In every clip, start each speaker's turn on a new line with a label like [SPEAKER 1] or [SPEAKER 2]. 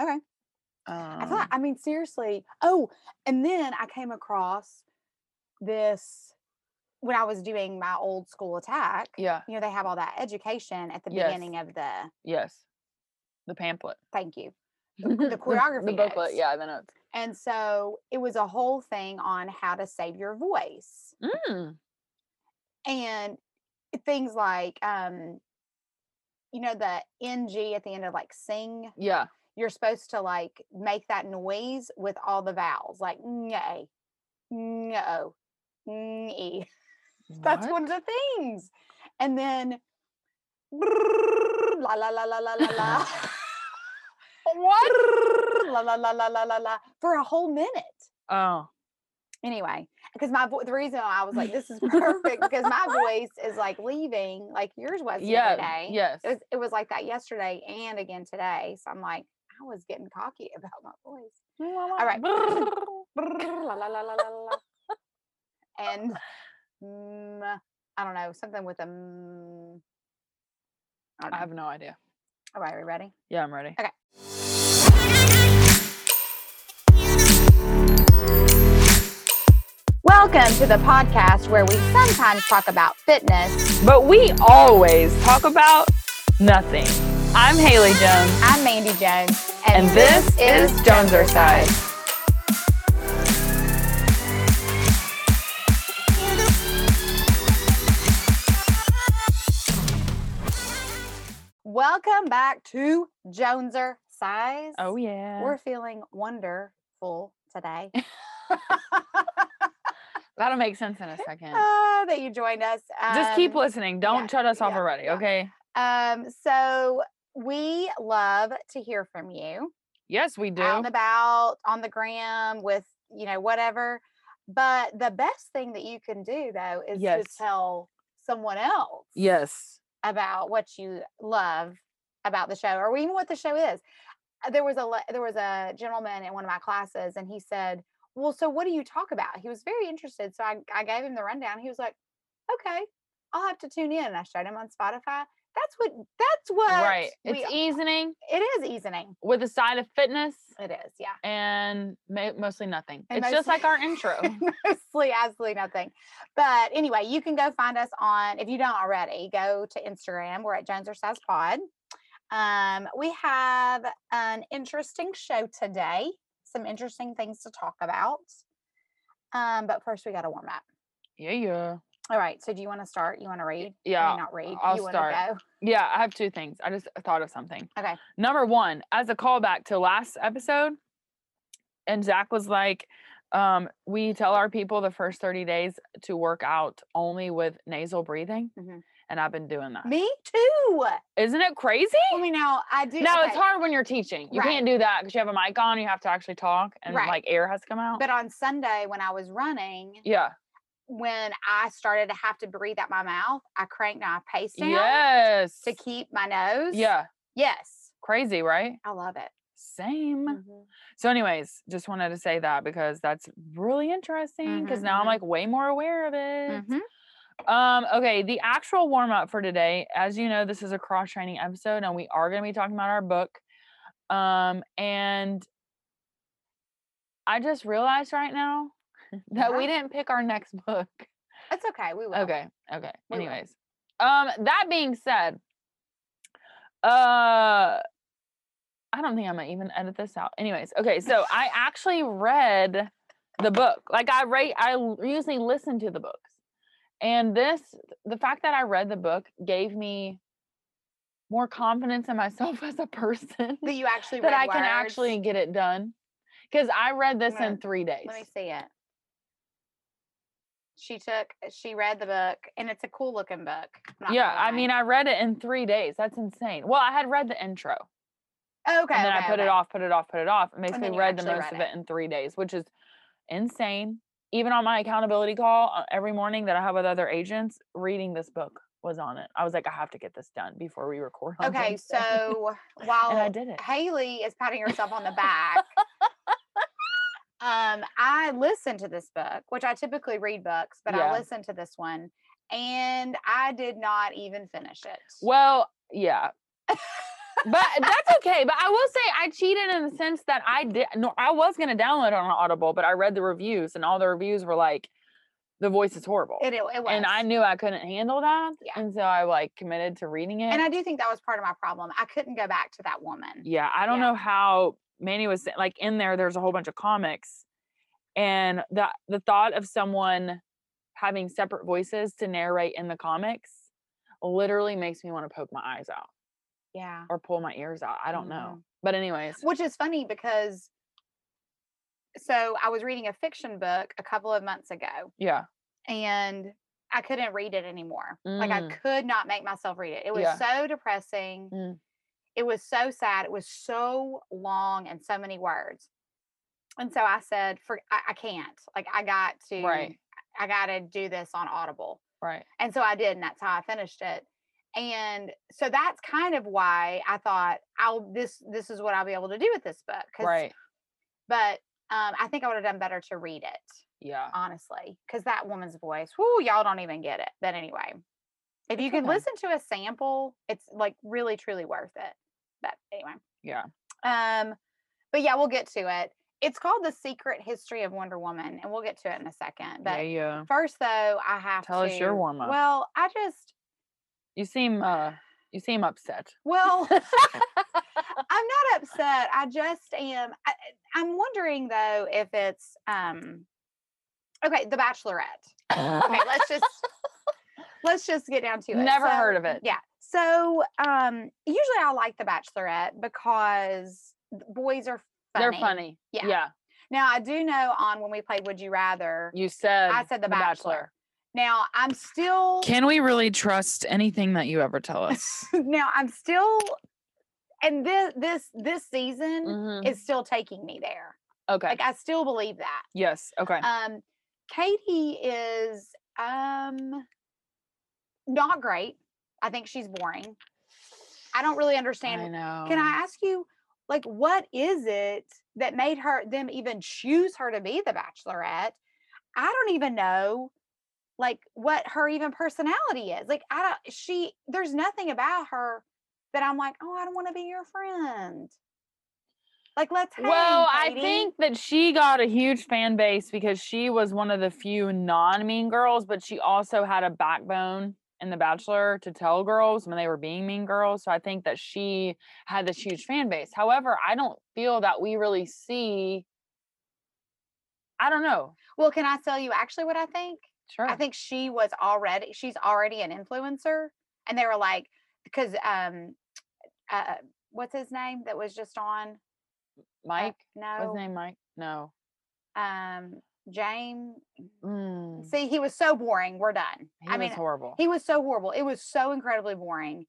[SPEAKER 1] Okay. I thought,
[SPEAKER 2] Um,
[SPEAKER 1] I mean, seriously. Oh, and then I came across this when I was doing my old school attack.
[SPEAKER 2] yeah,
[SPEAKER 1] You know, they have all that education at the
[SPEAKER 2] Yes.
[SPEAKER 1] beginning of the
[SPEAKER 2] yes. The pamphlet.
[SPEAKER 1] thank you.
[SPEAKER 2] the, The
[SPEAKER 1] choreography
[SPEAKER 2] booklet,
[SPEAKER 1] notes.
[SPEAKER 2] yeah, the notes.
[SPEAKER 1] And so it was a whole thing on how to save your voice
[SPEAKER 2] Mm.
[SPEAKER 1] and things like, um, you know, the NG at the end of like sing,
[SPEAKER 2] Yeah.
[SPEAKER 1] you're supposed to like make that noise with all the vowels, like no, no, nee. That's
[SPEAKER 2] What?
[SPEAKER 1] one of the things. And then la la la la la la la. what? La la la la la la la for a whole minute.
[SPEAKER 2] Oh.
[SPEAKER 1] Anyway, because my vo- the reason I was like, this is perfect because my voice is like leaving, like yours was the other
[SPEAKER 2] Yeah.
[SPEAKER 1] day.
[SPEAKER 2] Yes.
[SPEAKER 1] It was, it was like that yesterday and again today. So I'm like, I was getting cocky about my voice.
[SPEAKER 2] All
[SPEAKER 1] right.
[SPEAKER 2] right.
[SPEAKER 1] Brrr, la la la la la la. and mm, I don't know something with a. Mm, I don't
[SPEAKER 2] I
[SPEAKER 1] know.
[SPEAKER 2] have no idea.
[SPEAKER 1] All right, are we ready?
[SPEAKER 2] Yeah, I'm ready.
[SPEAKER 1] Welcome to the podcast where we sometimes talk about fitness.
[SPEAKER 2] But we always talk about nothing. I'm Haley Jones,
[SPEAKER 1] I'm Mandy Jones,
[SPEAKER 2] and this is Joneser Side.
[SPEAKER 1] Welcome back to Joneser Size.
[SPEAKER 2] Oh yeah,
[SPEAKER 1] we're feeling wonderful today. uh,
[SPEAKER 2] that'll make sense in a second.
[SPEAKER 1] Ah, that you joined us.
[SPEAKER 2] Just keep
[SPEAKER 1] Um,
[SPEAKER 2] listening. Don't
[SPEAKER 1] yeah,
[SPEAKER 2] shut us off
[SPEAKER 1] yeah,
[SPEAKER 2] already,
[SPEAKER 1] yeah.
[SPEAKER 2] okay?
[SPEAKER 1] Um, so we love to hear from you
[SPEAKER 2] Yes, we do.
[SPEAKER 1] out and about on the gram with you know whatever. But the best thing that you can do though is
[SPEAKER 2] Yes.
[SPEAKER 1] to tell someone else
[SPEAKER 2] yes.
[SPEAKER 1] about what you love about the show or even what the show is. Uh, There was a le- there was a gentleman in one of my classes and he said, "Well, so what do you talk about?" He was very interested, so I I gave him the rundown. He was like, "Okay, I'll have to tune in." And I showed him on Spotify. That's what that's what
[SPEAKER 2] Right.
[SPEAKER 1] we,
[SPEAKER 2] It's e easing
[SPEAKER 1] it is easing.
[SPEAKER 2] with a side of fitness
[SPEAKER 1] It is, yeah.
[SPEAKER 2] and ma- mostly nothing.
[SPEAKER 1] And
[SPEAKER 2] it's just
[SPEAKER 1] mostly-
[SPEAKER 2] like our intro.
[SPEAKER 1] Mostly absolutely nothing. But anyway, you can go find us on if you don't already, go to Instagram. We're at Jones or Size Pod. Um, we have an interesting show today, some interesting things to talk about. Um, but first we gotta warm up.
[SPEAKER 2] yeah, yeah. All
[SPEAKER 1] All right. So do you want to start? You want to read? I
[SPEAKER 2] Yeah.
[SPEAKER 1] mean, not read.
[SPEAKER 2] I'll
[SPEAKER 1] you want
[SPEAKER 2] start.
[SPEAKER 1] to go?
[SPEAKER 2] Yeah, I have two things. I just thought of something.
[SPEAKER 1] Okay.
[SPEAKER 2] Number one, as a callback to last episode, and Zach was like, um, we tell our people the first 30 days to work out only with nasal breathing.
[SPEAKER 1] Mhm.
[SPEAKER 2] And I've been doing that.
[SPEAKER 1] Me too.
[SPEAKER 2] Isn't it crazy?
[SPEAKER 1] I mean, now I do.
[SPEAKER 2] No, it's
[SPEAKER 1] okay,
[SPEAKER 2] hard when you're teaching. You
[SPEAKER 1] Right.
[SPEAKER 2] can't do that because you have a mic on, you have to actually talk, and
[SPEAKER 1] Right.
[SPEAKER 2] like air has to come out.
[SPEAKER 1] But on Sunday when I was running,
[SPEAKER 2] yeah.
[SPEAKER 1] when I started to have to breathe out my mouth, I cranked my pace down
[SPEAKER 2] Yes.
[SPEAKER 1] to keep my nose.
[SPEAKER 2] Yeah.
[SPEAKER 1] Yes.
[SPEAKER 2] Crazy, right?
[SPEAKER 1] I love it.
[SPEAKER 2] Same. So, anyways, just wanted to say that because that's really interesting. Because
[SPEAKER 1] Mhm,
[SPEAKER 2] now
[SPEAKER 1] mhm.
[SPEAKER 2] I'm like way more aware of it.
[SPEAKER 1] Mhm.
[SPEAKER 2] Um, okay, the actual warm up for today, as you know, this is a cross training episode, and we are going to be talking about our book. Um, and I just realized right now that we
[SPEAKER 1] What?
[SPEAKER 2] didn't pick our next book.
[SPEAKER 1] It's okay. We will.
[SPEAKER 2] Okay, okay.
[SPEAKER 1] We will.
[SPEAKER 2] Anyways, um, that being said, uh, I don't think I'm gonna even edit this out. Anyways, okay. So I actually read the book. Like I rate, I l- usually listen to the books, and this, the fact that I read the book gave me more confidence in myself as a person
[SPEAKER 1] That you actually
[SPEAKER 2] that
[SPEAKER 1] read
[SPEAKER 2] I can
[SPEAKER 1] words.
[SPEAKER 2] actually get it done. Because I read this
[SPEAKER 1] gonna-
[SPEAKER 2] in three days.
[SPEAKER 1] Let me see it. She took. She read the book, and it's a cool looking book. I'm not gonna
[SPEAKER 2] Yeah, I
[SPEAKER 1] lie.
[SPEAKER 2] mean, I read it in three days. That's insane. Well, I had read the intro,
[SPEAKER 1] okay.
[SPEAKER 2] and then I
[SPEAKER 1] okay,
[SPEAKER 2] put it
[SPEAKER 1] okay.
[SPEAKER 2] off, put it off, put it off, and
[SPEAKER 1] then
[SPEAKER 2] basically
[SPEAKER 1] you
[SPEAKER 2] read the
[SPEAKER 1] actually
[SPEAKER 2] most
[SPEAKER 1] read
[SPEAKER 2] of
[SPEAKER 1] it.
[SPEAKER 2] it in three days, which is insane. Even on my accountability call uh, every morning that I have with other agents, reading this book was on it. I was like, I have to get this done before we record. on
[SPEAKER 1] Okay,
[SPEAKER 2] Wednesday."
[SPEAKER 1] so
[SPEAKER 2] and I
[SPEAKER 1] while
[SPEAKER 2] did it.
[SPEAKER 1] Haley is patting herself on the back, um, I listened to this book, which I typically read books, but
[SPEAKER 2] Yeah.
[SPEAKER 1] I listened to this one, and I did not even finish it.
[SPEAKER 2] Well, yeah. but that's okay. But I will say I cheated in the sense that I did. No, I was gonna download it on Audible, but I read the reviews, and all the reviews were like, "The voice is horrible,"
[SPEAKER 1] It, it was.
[SPEAKER 2] and I knew I couldn't handle that,
[SPEAKER 1] Yeah.
[SPEAKER 2] and so I like committed to reading it.
[SPEAKER 1] and I do think that was part of my problem. I couldn't go back to that woman.
[SPEAKER 2] yeah, I don't
[SPEAKER 1] Yeah.
[SPEAKER 2] know how Manny was sa- like in there. There's a whole bunch of comics, and the the thought of someone having separate voices to narrate in the comics literally makes me want to poke my eyes out
[SPEAKER 1] Yeah.
[SPEAKER 2] or pull my ears out. I don't know.
[SPEAKER 1] Mm-hmm.
[SPEAKER 2] But anyways,
[SPEAKER 1] Which is funny because so I was reading a fiction book a couple of months ago
[SPEAKER 2] yeah.
[SPEAKER 1] and I couldn't read it anymore. Like I
[SPEAKER 2] Mm.
[SPEAKER 1] could not make myself read it. It was
[SPEAKER 2] Yeah.
[SPEAKER 1] so depressing.
[SPEAKER 2] Mm.
[SPEAKER 1] It was so sad. It was so long and so many words. And so I said, "For I, I can't. Like I got to
[SPEAKER 2] Right.
[SPEAKER 1] I got to do this on Audible."
[SPEAKER 2] Right.
[SPEAKER 1] And so I did, and that's how I finished it. And so that's kind of why I thought I'll this this is what I'll be able to do with this book. 'cause-
[SPEAKER 2] Right.
[SPEAKER 1] But um, I think I would have done better to read it,
[SPEAKER 2] Yeah.
[SPEAKER 1] um, honestly, because that woman's voice, whoo, y'all don't even get it. But anyway, if you
[SPEAKER 2] It's
[SPEAKER 1] can
[SPEAKER 2] okay.
[SPEAKER 1] listen to a sample, it's like really truly worth it. But anyway,
[SPEAKER 2] Yeah.
[SPEAKER 1] um, but yeah, we'll get to it. It's called The Secret History of Wonder Woman, and we'll get to it in a second.
[SPEAKER 2] yeah.
[SPEAKER 1] But
[SPEAKER 2] Yeah.
[SPEAKER 1] first, though, I have
[SPEAKER 2] Tell
[SPEAKER 1] to
[SPEAKER 2] us your warm up.
[SPEAKER 1] Well, I just
[SPEAKER 2] You seem uh you seem upset.
[SPEAKER 1] Well, I'm not upset. I just am. I, I'm wondering though if it's um. Okay, The Bachelorette. Okay, let's just let's just get down to it.
[SPEAKER 2] Never heard of it.
[SPEAKER 1] Yeah. So um, usually I like The Bachelorette because th- boys are funny.
[SPEAKER 2] They're funny.
[SPEAKER 1] Yeah.
[SPEAKER 2] Yeah.
[SPEAKER 1] Now I do know on when we played Would You Rather.
[SPEAKER 2] You said
[SPEAKER 1] I said The, Bachelor. Now I'm still.
[SPEAKER 2] Can we really trust anything that you ever tell us?
[SPEAKER 1] now I'm still. And this this this season. is still taking me there.
[SPEAKER 2] Mm-hmm. Okay.
[SPEAKER 1] Mm-hmm. Like I still believe that.
[SPEAKER 2] yes. Okay.
[SPEAKER 1] Um, Katie is um not great. I think she's boring. I don't really understand.
[SPEAKER 2] I know.
[SPEAKER 1] Can I ask you, like, what is it that made her them even choose her to be the Bachelorette? I don't even know, like, what her even personality is. Like, I don't. She there's nothing about her that I'm like, oh, I don't want to be your friend. Like, let's. Hang,
[SPEAKER 2] Well, I
[SPEAKER 1] Katie."
[SPEAKER 2] think that she got a huge fan base because she was one of the few non mean girls, but she also had a backbone in The Bachelor to tell girls when they were being mean girls. So I think that she had this huge fan base. However, I don't feel that we really see. I don't know.
[SPEAKER 1] Well, can I tell you actually what I think?
[SPEAKER 2] Sure.
[SPEAKER 1] I think she was already she's already an influencer, and they were like, because um, uh, what's his name that was just on? Uh,
[SPEAKER 2] Mike. What's
[SPEAKER 1] no,
[SPEAKER 2] his name? Mike? No.
[SPEAKER 1] um James.
[SPEAKER 2] Mm,
[SPEAKER 1] See, he was so boring. We're done.
[SPEAKER 2] he
[SPEAKER 1] I
[SPEAKER 2] was
[SPEAKER 1] mean, uh,
[SPEAKER 2] horrible.
[SPEAKER 1] he was so horrible. It was so incredibly boring.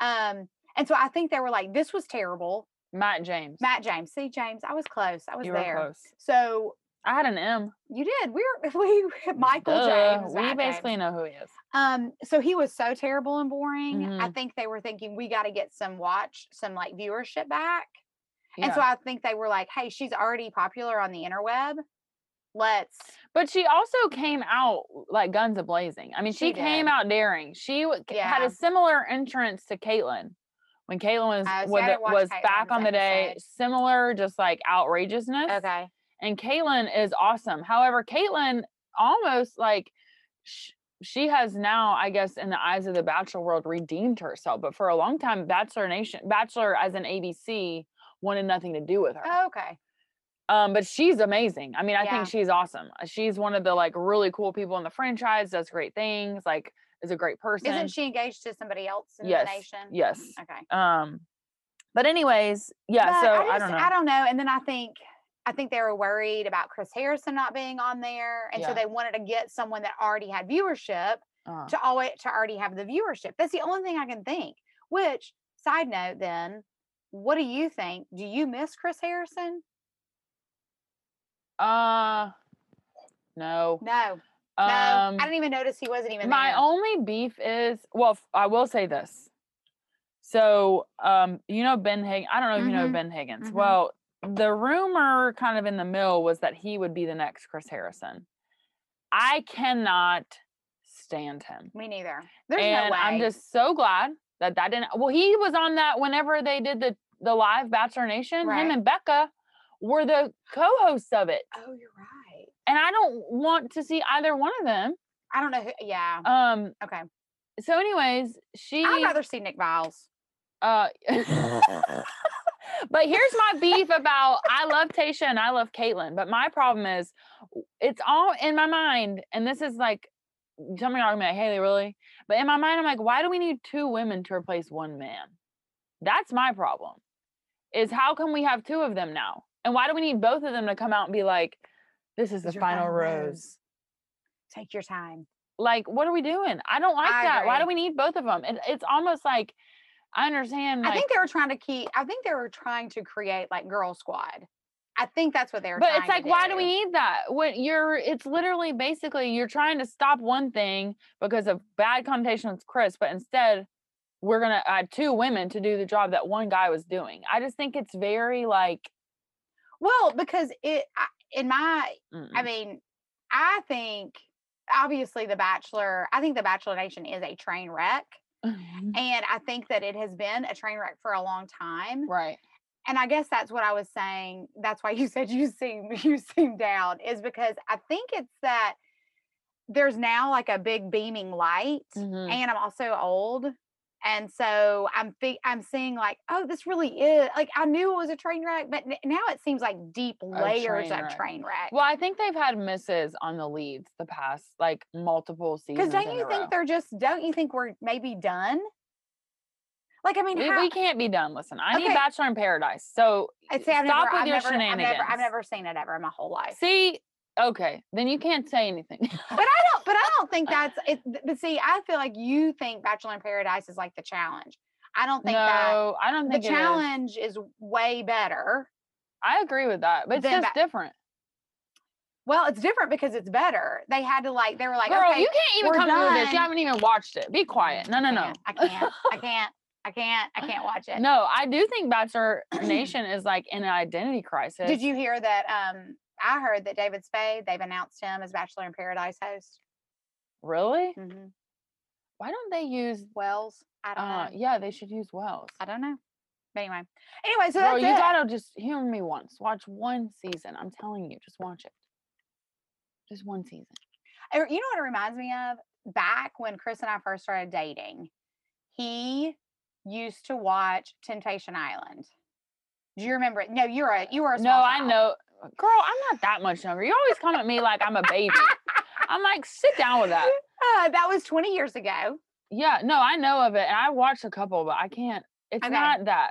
[SPEAKER 1] Um, and so I think they were like, "This was terrible."
[SPEAKER 2] Matt James.
[SPEAKER 1] Matt James, see James, I was close. I was
[SPEAKER 2] you
[SPEAKER 1] there.
[SPEAKER 2] were close.
[SPEAKER 1] So
[SPEAKER 2] I had an M.
[SPEAKER 1] you did. We're we Michael
[SPEAKER 2] Duh,
[SPEAKER 1] James.
[SPEAKER 2] We
[SPEAKER 1] Matt James.
[SPEAKER 2] basically know who he is.
[SPEAKER 1] Um, so he was so terrible and boring. I
[SPEAKER 2] Mhm.
[SPEAKER 1] think they were thinking we got to get some watch, some like viewership back. And
[SPEAKER 2] Yeah.
[SPEAKER 1] so I think they were like, "Hey, she's already popular on the interweb. Let's."
[SPEAKER 2] But she also came out like guns a blazing. I mean, she,
[SPEAKER 1] She
[SPEAKER 2] came
[SPEAKER 1] did.
[SPEAKER 2] out daring. She w- c- had
[SPEAKER 1] Yeah.
[SPEAKER 2] a similar entrance to Caitlyn when Caitlyn was
[SPEAKER 1] Oh, see, I
[SPEAKER 2] was,
[SPEAKER 1] didn't watch
[SPEAKER 2] was
[SPEAKER 1] Caitlyn's
[SPEAKER 2] back on the day.
[SPEAKER 1] episode.
[SPEAKER 2] Similar, just like outrageousness.
[SPEAKER 1] Okay.
[SPEAKER 2] And Caitlyn is awesome. However, Caitlyn almost like sh- she has now, I guess, in the eyes of the Bachelor world, redeemed herself. But for a long time, Bachelor Nation, Bachelor as an ABC wanted nothing to do with her.
[SPEAKER 1] Oh, okay.
[SPEAKER 2] Um, but she's amazing. I mean, I
[SPEAKER 1] Yeah.
[SPEAKER 2] think she's awesome. Uh, She's one of the like really cool people in the franchise, does great things, like is a great person.
[SPEAKER 1] Isn't she engaged to somebody else in
[SPEAKER 2] yes.
[SPEAKER 1] the nation?
[SPEAKER 2] Yes.
[SPEAKER 1] Okay.
[SPEAKER 2] Um but anyways, yeah,
[SPEAKER 1] But
[SPEAKER 2] so
[SPEAKER 1] just,
[SPEAKER 2] I, don't know.
[SPEAKER 1] I don't know. And then I think, I think they were worried about Chris Harrison not being on there, and
[SPEAKER 2] Yeah.
[SPEAKER 1] so they wanted to get someone that already had viewership
[SPEAKER 2] Uh,
[SPEAKER 1] to always to already have the viewership. That's the only thing I can think. Which side note, then, what do you think? Do you miss Chris Harrison?
[SPEAKER 2] uh, no.
[SPEAKER 1] No, no,
[SPEAKER 2] um,
[SPEAKER 1] I didn't even notice he wasn't even
[SPEAKER 2] my
[SPEAKER 1] there.
[SPEAKER 2] only beef is well, f- I will say this. So, um, you know Ben Higgins. I don't know if you know
[SPEAKER 1] Mhm.
[SPEAKER 2] Ben Higgins.
[SPEAKER 1] Mhm.
[SPEAKER 2] Well, the rumor kind of in the mill was that he would be the next Chris Harrison. I cannot stand him.
[SPEAKER 1] Me neither. There's
[SPEAKER 2] and
[SPEAKER 1] no way.
[SPEAKER 2] I'm just so glad that that didn't well he was on that whenever they did the the live bachelor nation
[SPEAKER 1] Right.
[SPEAKER 2] him and becca were the co-hosts of it
[SPEAKER 1] Oh, you're right.
[SPEAKER 2] and i don't want to see either one of them
[SPEAKER 1] I don't know who. Yeah.
[SPEAKER 2] um
[SPEAKER 1] Okay.
[SPEAKER 2] so anyways she
[SPEAKER 1] I'd rather see Nick Viles.
[SPEAKER 2] uh but here's my beef about i love tasha and i love caitlyn but my problem is it's all in my mind and this is like tell me i'm like haley really but in my mind i'm like why do we need two women to replace one man that's my problem is how come we have two of them now and why do we need both of them to come out and be like this is the
[SPEAKER 1] This is your
[SPEAKER 2] final,
[SPEAKER 1] final
[SPEAKER 2] rose.
[SPEAKER 1] rose. Take your time.
[SPEAKER 2] like what are we doing i don't like
[SPEAKER 1] I
[SPEAKER 2] that why do
[SPEAKER 1] agree.
[SPEAKER 2] we need both of them it, it's almost like i understand like,
[SPEAKER 1] I think they were trying to keep. I think they were trying to create like Girl Squad. I think that's what they were.
[SPEAKER 2] but it's
[SPEAKER 1] trying
[SPEAKER 2] like
[SPEAKER 1] to
[SPEAKER 2] why do we
[SPEAKER 1] do.
[SPEAKER 2] need that when you're it's literally basically you're trying to stop one thing because of bad connotation with chris but instead we're gonna add two women to do the job that one guy was doing i just think it's very like
[SPEAKER 1] Well, because it I, in my. I
[SPEAKER 2] mm,
[SPEAKER 1] mean, I think obviously the Bachelor. I think the Bachelor Nation is a train wreck,
[SPEAKER 2] mm. Mm-hmm.
[SPEAKER 1] and I think that it has been a train wreck for a long time.
[SPEAKER 2] right
[SPEAKER 1] and I guess that's what I was saying. That's why you said you seem you seem down is because I think it's that there's now like a big beaming light,
[SPEAKER 2] mhm,
[SPEAKER 1] and I'm also old, and so I'm fi- I'm seeing like, oh, this really is like I knew it was a train wreck, but n- now it seems like deep layers
[SPEAKER 2] train
[SPEAKER 1] of
[SPEAKER 2] wreck.
[SPEAKER 1] train wreck.
[SPEAKER 2] well i think they've had misses on the leads the past like multiple seasons
[SPEAKER 1] Because don't
[SPEAKER 2] in
[SPEAKER 1] you
[SPEAKER 2] a row.
[SPEAKER 1] think they're just don't you think we're maybe done? Like I mean,
[SPEAKER 2] we,
[SPEAKER 1] how,
[SPEAKER 2] we can't be done listen i need
[SPEAKER 1] Okay.
[SPEAKER 2] bachelor in paradise so
[SPEAKER 1] I'd say I've
[SPEAKER 2] stop
[SPEAKER 1] never,
[SPEAKER 2] with
[SPEAKER 1] I've
[SPEAKER 2] your
[SPEAKER 1] never, I've
[SPEAKER 2] shenanigans
[SPEAKER 1] never, I've never seen it ever in my whole life.
[SPEAKER 2] see okay then you can't say anything
[SPEAKER 1] but I don't. But I don't think that's. It, th- but see, I feel like you think Bachelor in Paradise is like the challenge. I don't think that
[SPEAKER 2] no, I don't
[SPEAKER 1] the
[SPEAKER 2] think it is.
[SPEAKER 1] challenge is. way better.
[SPEAKER 2] I agree with that, but it's
[SPEAKER 1] than
[SPEAKER 2] just
[SPEAKER 1] ba-
[SPEAKER 2] different.
[SPEAKER 1] Well, it's different because it's better. They had to like. They were like,
[SPEAKER 2] Girl,
[SPEAKER 1] okay,
[SPEAKER 2] you can't even
[SPEAKER 1] we're
[SPEAKER 2] come through this. You
[SPEAKER 1] done.
[SPEAKER 2] haven't even watched it. Be quiet. No, no,
[SPEAKER 1] I
[SPEAKER 2] no.
[SPEAKER 1] can't, I can't. I can't. I can't. I can't watch it.
[SPEAKER 2] No, I do think Bachelor Nation is like in an identity crisis.
[SPEAKER 1] Did you hear that? Um, I heard that David Spade. They've announced him as Bachelor in Paradise host.
[SPEAKER 2] really?
[SPEAKER 1] Mhm.
[SPEAKER 2] Why don't they use?
[SPEAKER 1] Wells. I don't
[SPEAKER 2] Uh,
[SPEAKER 1] know.
[SPEAKER 2] yeah, they should use Wells.
[SPEAKER 1] I don't know. But anyway, anyway. So
[SPEAKER 2] Girl,
[SPEAKER 1] that's
[SPEAKER 2] you
[SPEAKER 1] it.
[SPEAKER 2] gotta just hear me once. Watch one season. I'm telling you, just watch it. Just one season.
[SPEAKER 1] Or, Er, You know what it reminds me of? Back when Chris and I first started dating, he used to watch Temptation Island. Do you remember it? No, you're a you were a
[SPEAKER 2] No,
[SPEAKER 1] small
[SPEAKER 2] I
[SPEAKER 1] child.
[SPEAKER 2] know. Girl, I'm not that much younger. You always come at me like I'm a baby. I'm like, sit down with that.
[SPEAKER 1] Uh, that was 20 years ago.
[SPEAKER 2] Yeah, no, I know of it. And I watched a couple, but I can't. It's
[SPEAKER 1] Okay.
[SPEAKER 2] not that.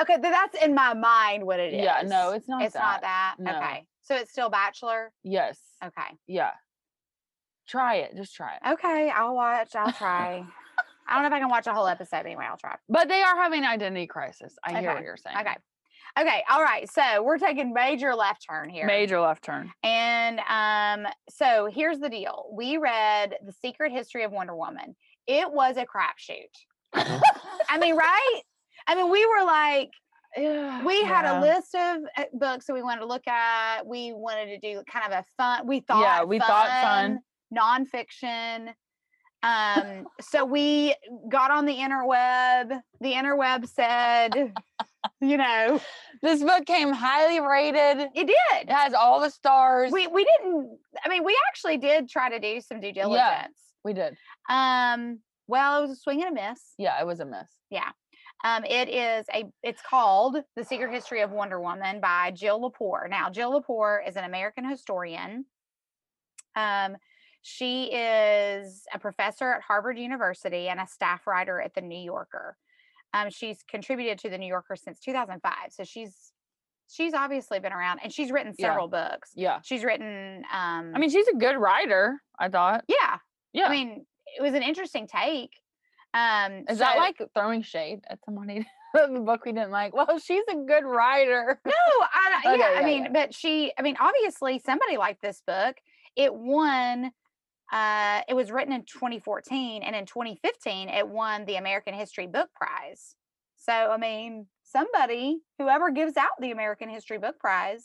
[SPEAKER 1] Okay, th- that's in my mind what it is.
[SPEAKER 2] Yeah, no, it's not
[SPEAKER 1] it's
[SPEAKER 2] that.
[SPEAKER 1] not that.
[SPEAKER 2] No.
[SPEAKER 1] Okay, so it's still Bachelor.
[SPEAKER 2] Yes.
[SPEAKER 1] Okay,
[SPEAKER 2] Yeah. Try it. Just try it.
[SPEAKER 1] okay, I'll watch. I'll try. I don't know if I can watch a whole episode. but Anyway, I'll try.
[SPEAKER 2] But they are having an identity crisis. I hear what
[SPEAKER 1] Okay,
[SPEAKER 2] you're saying.
[SPEAKER 1] Okay, okay, all right. So we're taking major left turn here.
[SPEAKER 2] Major left turn.
[SPEAKER 1] And um, so here's the deal: we read The Secret History of Wonder Woman. It was a crapshoot. I mean, right? I mean, we were like,
[SPEAKER 2] Yeah,
[SPEAKER 1] we had a
[SPEAKER 2] yeah.
[SPEAKER 1] list of uh, books that we wanted to look at. We wanted to do kind of a fun. We thought,
[SPEAKER 2] Yeah, we thought fun.
[SPEAKER 1] nonfiction. Um, so we got on the interweb. The interweb said, you know,
[SPEAKER 2] This book came highly rated.
[SPEAKER 1] it did.
[SPEAKER 2] It has all the stars.
[SPEAKER 1] we we didn't i mean we actually did try to do some due diligence
[SPEAKER 2] we did.
[SPEAKER 1] um well it was a swing and a miss
[SPEAKER 2] Yeah, it was a mess.
[SPEAKER 1] um it is a it's called the secret history of wonder woman by jill lepore now jill lepore is an american historian um she is a professor at harvard university and a staff writer at the new yorker um she's contributed to the new yorker since 2005 so she's she's obviously been around and she's written
[SPEAKER 2] Yeah.
[SPEAKER 1] several books
[SPEAKER 2] Yeah.
[SPEAKER 1] she's written um
[SPEAKER 2] I mean, she's a good writer, I thought.
[SPEAKER 1] yeah
[SPEAKER 2] Yeah.
[SPEAKER 1] I mean, it was an interesting take. Um,
[SPEAKER 2] Is that
[SPEAKER 1] so-
[SPEAKER 2] like throwing shade at somebody? the book we didn't like. Well, she's a good writer.
[SPEAKER 1] no? Oh, I, don't-
[SPEAKER 2] Okay,
[SPEAKER 1] yeah, I
[SPEAKER 2] yeah,
[SPEAKER 1] mean,
[SPEAKER 2] yeah.
[SPEAKER 1] but she, I mean, obviously somebody liked this book. It won. Uh, it was written in 2014, and in 2015, it won the American History Book Prize. So, I mean, somebody, whoever gives out the American History Book Prize,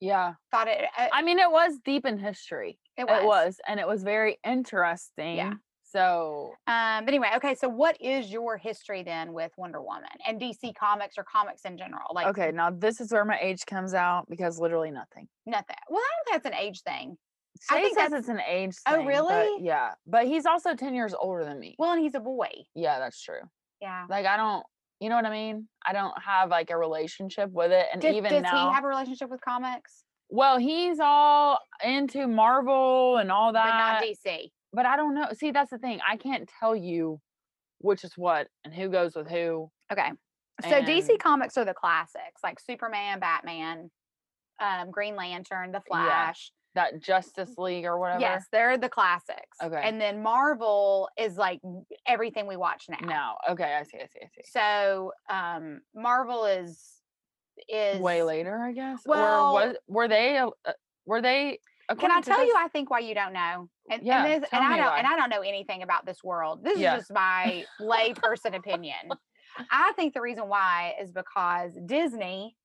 [SPEAKER 2] Yeah.
[SPEAKER 1] thought it. Uh,
[SPEAKER 2] I mean, it was deep in history.
[SPEAKER 1] it
[SPEAKER 2] It
[SPEAKER 1] was.
[SPEAKER 2] was, and it was very interesting. So
[SPEAKER 1] Um, but anyway, okay. So, what is your history then with Wonder Woman and DC Comics or comics in general? Like,
[SPEAKER 2] okay, now this is where my age comes out because literally nothing.
[SPEAKER 1] nothing. Well, I don't think that's an age thing. I
[SPEAKER 2] Shay
[SPEAKER 1] think
[SPEAKER 2] says
[SPEAKER 1] that's-
[SPEAKER 2] it's an age.
[SPEAKER 1] Oh,
[SPEAKER 2] thing, but
[SPEAKER 1] really?
[SPEAKER 2] yeah, but he's also ten years older than me.
[SPEAKER 1] Well, and he's a boy.
[SPEAKER 2] yeah, that's true.
[SPEAKER 1] Yeah.
[SPEAKER 2] Like I don't, you know what I mean? I don't have like a relationship with it, and
[SPEAKER 1] Does,
[SPEAKER 2] even
[SPEAKER 1] does
[SPEAKER 2] now,
[SPEAKER 1] he have a relationship with comics?
[SPEAKER 2] well, he's all into Marvel and all
[SPEAKER 1] but
[SPEAKER 2] that,
[SPEAKER 1] not DC.
[SPEAKER 2] but I don't know. See, that's the thing. I can't tell you which is what and who goes with who.
[SPEAKER 1] Okay. So DC
[SPEAKER 2] and-
[SPEAKER 1] comics are the classics, like Superman, Batman, um, Green Lantern, The Flash.
[SPEAKER 2] That Justice League or whatever.
[SPEAKER 1] Yes, they're the classics.
[SPEAKER 2] Okay.
[SPEAKER 1] And then Marvel is like w- everything we watch now.
[SPEAKER 2] Now, okay, I see, I see, I see.
[SPEAKER 1] So um Marvel is is
[SPEAKER 2] Way later, I guess.
[SPEAKER 1] well-
[SPEAKER 2] or was, were they? a- Uh, were they?
[SPEAKER 1] Can I
[SPEAKER 2] according to
[SPEAKER 1] tell you?
[SPEAKER 2] this-
[SPEAKER 1] I think why you don't know, and,
[SPEAKER 2] Yeah,
[SPEAKER 1] and, this,
[SPEAKER 2] tell
[SPEAKER 1] and I
[SPEAKER 2] me
[SPEAKER 1] don't,
[SPEAKER 2] why.
[SPEAKER 1] and I don't know anything about this world. This
[SPEAKER 2] Yeah.
[SPEAKER 1] is just my lay person opinion. I think the reason why is because Disney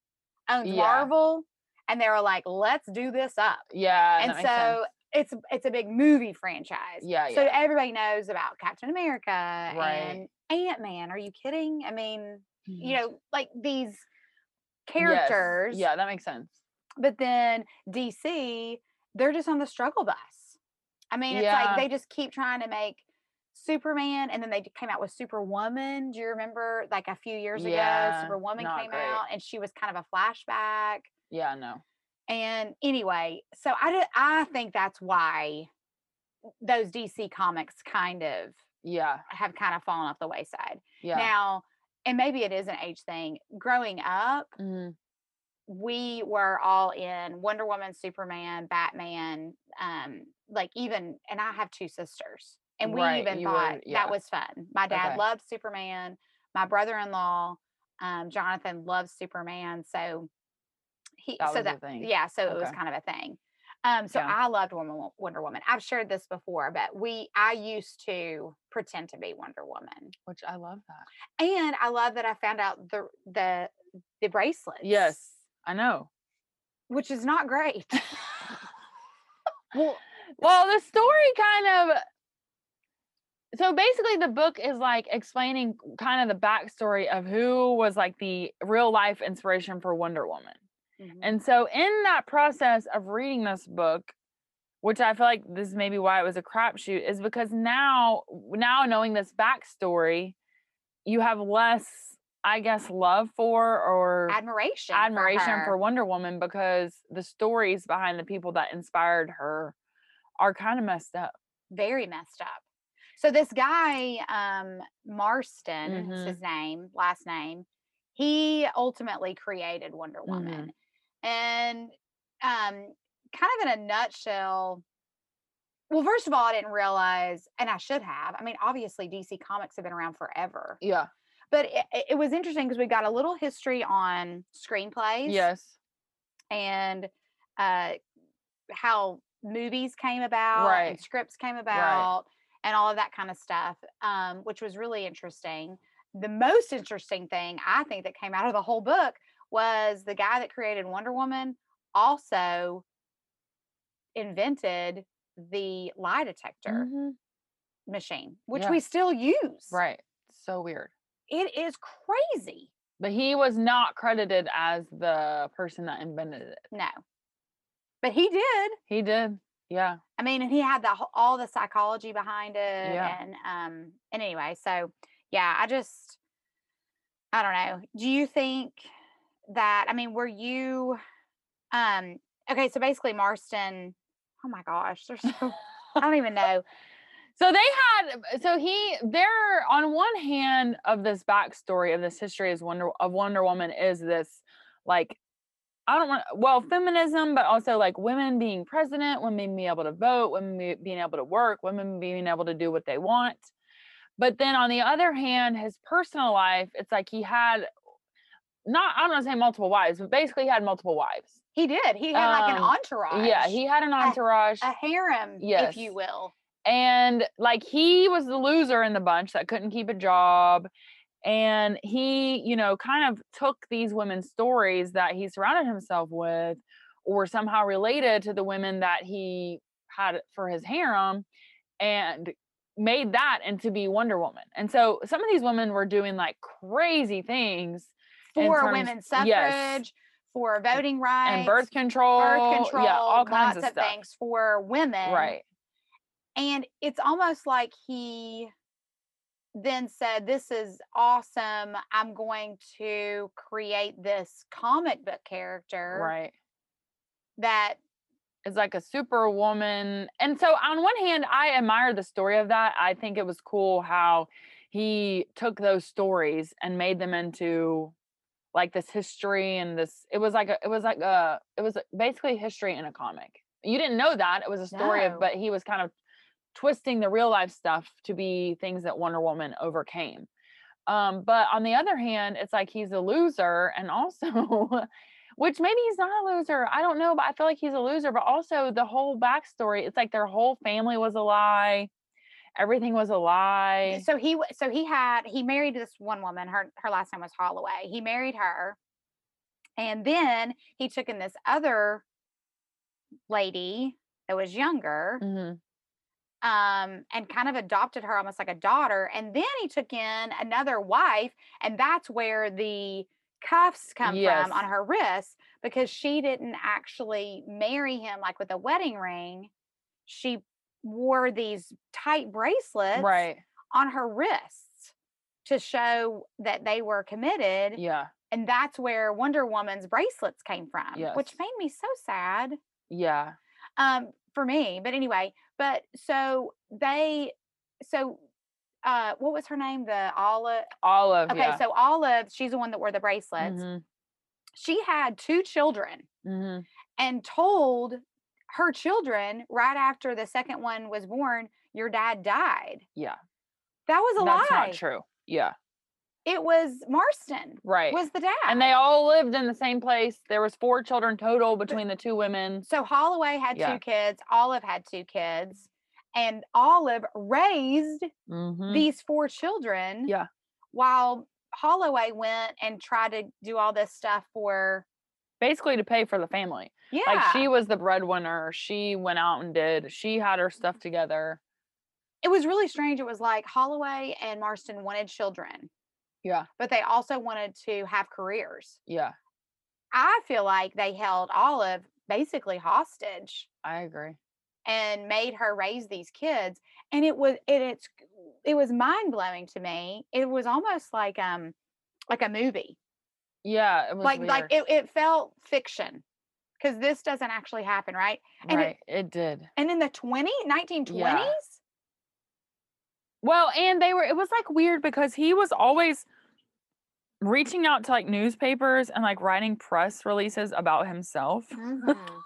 [SPEAKER 1] owns
[SPEAKER 2] Yeah.
[SPEAKER 1] Marvel, and they were like, "Let's do this up,"
[SPEAKER 2] yeah, that
[SPEAKER 1] and
[SPEAKER 2] makes sense.
[SPEAKER 1] so it's it's a big movie franchise.
[SPEAKER 2] yeah,
[SPEAKER 1] So
[SPEAKER 2] yeah,
[SPEAKER 1] everybody knows about Captain America and
[SPEAKER 2] Right.
[SPEAKER 1] Ant Man. Are you kidding? I mean, you
[SPEAKER 2] Mhm.
[SPEAKER 1] know, like these
[SPEAKER 2] Yes,
[SPEAKER 1] characters.
[SPEAKER 2] Yeah, that makes sense.
[SPEAKER 1] But then DC, they're just on the struggle bus. I mean, it's
[SPEAKER 2] Yeah.
[SPEAKER 1] like they just keep trying to make Superman, and then they came out with Superwoman. Do you remember, like a few years
[SPEAKER 2] Yeah,
[SPEAKER 1] ago, Superwoman
[SPEAKER 2] not
[SPEAKER 1] came
[SPEAKER 2] great.
[SPEAKER 1] out, and she was kind of a flashback.
[SPEAKER 2] Yeah, no.
[SPEAKER 1] And anyway, so I did, I think that's why those DC comics kind of
[SPEAKER 2] Yeah,
[SPEAKER 1] have kind of fallen off the wayside
[SPEAKER 2] yeah.
[SPEAKER 1] now. And maybe it is an age thing. Growing up,
[SPEAKER 2] Mhm.
[SPEAKER 1] we were all in Wonder Woman, Superman, Batman, um, like even and I have two sisters. And we
[SPEAKER 2] Right,
[SPEAKER 1] even
[SPEAKER 2] you were-
[SPEAKER 1] thought
[SPEAKER 2] yeah.
[SPEAKER 1] that was fun. My dad
[SPEAKER 2] Okay.
[SPEAKER 1] loved Superman. My brother-in-law, um, Jonathan loves Superman. So he
[SPEAKER 2] That
[SPEAKER 1] so
[SPEAKER 2] was the
[SPEAKER 1] that
[SPEAKER 2] thing.
[SPEAKER 1] yeah, so it was
[SPEAKER 2] Okay.
[SPEAKER 1] kind of a thing. Um, so
[SPEAKER 2] Yeah.
[SPEAKER 1] I loved Wonder Wo- Wonder Woman. I've shared this before, but we I used to pretend to be Wonder Woman,
[SPEAKER 2] Which I love that.
[SPEAKER 1] and I love that I found out the the the bracelets
[SPEAKER 2] Yes, I know.
[SPEAKER 1] which is not great. well,
[SPEAKER 2] Well, the story kind of. So basically, the book is like explaining kind of the backstory of who was like the real life inspiration for Wonder Woman.
[SPEAKER 1] Mm-hmm.
[SPEAKER 2] And so, in that process of reading this book, which I feel like this is maybe why it was a crapshoot, is because now, now knowing this backstory, you have less, I guess, love for or
[SPEAKER 1] admiration,
[SPEAKER 2] admiration
[SPEAKER 1] her.
[SPEAKER 2] for Wonder Woman because the stories behind the people that inspired her are kind of messed up.
[SPEAKER 1] very messed up. So this guy, um, Marston, is
[SPEAKER 2] Mhm.
[SPEAKER 1] his name, last name. He ultimately created Wonder
[SPEAKER 2] Mhm.
[SPEAKER 1] Woman, and um, kind of in a nutshell. Well, first of all, I didn't realize, and I should have. I mean, obviously, DC Comics have been around forever,
[SPEAKER 2] Yeah.
[SPEAKER 1] but it, it- it was interesting because we got a little history on screenplays.
[SPEAKER 2] Yes.
[SPEAKER 1] and uh, how movies came about and
[SPEAKER 2] Right.
[SPEAKER 1] scripts came about and all of that kind of stuff, um, which was really interesting. The most interesting thing I think that came out of the whole book was the guy that created Wonder Woman also invented the lie detector
[SPEAKER 2] Mhm.
[SPEAKER 1] machine, which
[SPEAKER 2] Yeah.
[SPEAKER 1] we still use.
[SPEAKER 2] Right. So weird.
[SPEAKER 1] It is crazy.
[SPEAKER 2] But he was not credited as the person that invented it.
[SPEAKER 1] No. But he did.
[SPEAKER 2] He did. Yeah.
[SPEAKER 1] I mean, and he had the whole- all the psychology behind it,
[SPEAKER 2] Yeah.
[SPEAKER 1] and um, and anyway, so yeah, I just, I don't know. Do you think that? I mean, were you, um, okay? So basically, Marston. Oh my gosh, there's so I don't even know.
[SPEAKER 2] So they had so he there on one hand of this backstory of this history is Wonder of Wonder Woman is this like I don't want well feminism, but also like women being president, women being able to vote, women be- being able to work, women being able to do what they want. But then on the other hand, his personal life, it's like he had not I don't want to say multiple wives, but basically he had multiple wives.
[SPEAKER 1] He did. He had like an
[SPEAKER 2] Um,
[SPEAKER 1] entourage.
[SPEAKER 2] Yeah, he had an
[SPEAKER 1] a-
[SPEAKER 2] entourage
[SPEAKER 1] a harem, if
[SPEAKER 2] Yes.
[SPEAKER 1] you will.
[SPEAKER 2] and like he was the loser in the bunch that couldn't keep a job and he you know kind of took these women's stories that he surrounded himself with or somehow related to the women that he had for his harem and made that into be Wonder Woman. And so some of these women were doing like crazy things in
[SPEAKER 1] for
[SPEAKER 2] terms-
[SPEAKER 1] women's suffrage,
[SPEAKER 2] yes.
[SPEAKER 1] for voting rights,
[SPEAKER 2] and birth control,
[SPEAKER 1] birth control,
[SPEAKER 2] yeah, all kinds
[SPEAKER 1] lots
[SPEAKER 2] of stuff.
[SPEAKER 1] things for women.
[SPEAKER 2] Right.
[SPEAKER 1] And it's almost like he then said, This is awesome. I'm going to create this comic book character
[SPEAKER 2] Right.
[SPEAKER 1] that
[SPEAKER 2] It's like a superwoman. And so on one hand, I admire the story of that. I think it was cool how he took those stories and made them into like this history and this it was like a it was like a it was basically history in a comic. You didn't know that. It was a story
[SPEAKER 1] No.
[SPEAKER 2] of but he was kind of twisting the real life stuff to be things that Wonder Woman overcame. Um, but on the other hand, it's like he's a loser and also which maybe he's not a loser. I don't know, but I feel like he's a loser. But also the whole backstory, it's like their whole family was a lie. Everything was a lie.
[SPEAKER 1] so he w- so he had he married this one woman her her last name was holloway he married her and then he took in this other lady that was younger
[SPEAKER 2] hmm
[SPEAKER 1] um and kind of adopted her almost like a daughter and then he took in another wife and that's where the cuffs come
[SPEAKER 2] Yes.
[SPEAKER 1] from on her wrists because she didn't actually marry him like with a wedding ring she wore these tight bracelets
[SPEAKER 2] Right.
[SPEAKER 1] on her wrists to show that they were committed.
[SPEAKER 2] Yeah.
[SPEAKER 1] And that's where Wonder Woman's bracelets came from, which
[SPEAKER 2] Yes.
[SPEAKER 1] made me so sad
[SPEAKER 2] Yeah.
[SPEAKER 1] um, for me. But anyway, but so they, so uh, what was her name? The Olive.
[SPEAKER 2] All of
[SPEAKER 1] Okay,
[SPEAKER 2] yeah. Mm-hmm.
[SPEAKER 1] so Olive, she's the one that wore the bracelets. She had two children
[SPEAKER 2] Mhm,
[SPEAKER 1] and told her children right after the second one was born, your dad died.
[SPEAKER 2] Yeah.
[SPEAKER 1] That was a
[SPEAKER 2] mhm. That's
[SPEAKER 1] lie.
[SPEAKER 2] not true. Yeah.
[SPEAKER 1] It was Marston.
[SPEAKER 2] Right.
[SPEAKER 1] was the dad.
[SPEAKER 2] and they all lived in the same place. There was four children total between the two women.
[SPEAKER 1] so Holloway had
[SPEAKER 2] Yeah.
[SPEAKER 1] two kids, Olive had two kids, and Olive raised
[SPEAKER 2] Mhm.
[SPEAKER 1] these four children.
[SPEAKER 2] Yeah.
[SPEAKER 1] While Holloway went and tried to do all this stuff for
[SPEAKER 2] Basically to pay for the family.
[SPEAKER 1] yeah.
[SPEAKER 2] Like she was the breadwinner. She went out and did. She had her stuff together.
[SPEAKER 1] it was really strange. It was like Holloway and Marston wanted children,
[SPEAKER 2] Yeah.
[SPEAKER 1] but they also wanted to have careers.
[SPEAKER 2] Yeah.
[SPEAKER 1] I feel like they held Olive basically hostage.
[SPEAKER 2] I agree.
[SPEAKER 1] and made her raise these kids and it was it, it's it was mind blowing to me it was almost like um like a movie
[SPEAKER 2] Yeah. It was
[SPEAKER 1] like like
[SPEAKER 2] weird.
[SPEAKER 1] it, it felt fiction because this doesn't actually happen right and it-
[SPEAKER 2] right. It, did.
[SPEAKER 1] and in the 20 1920s
[SPEAKER 2] Well, and they were, it was like weird because he was always reaching out to like newspapers and like writing press releases about himself.
[SPEAKER 1] Mhm,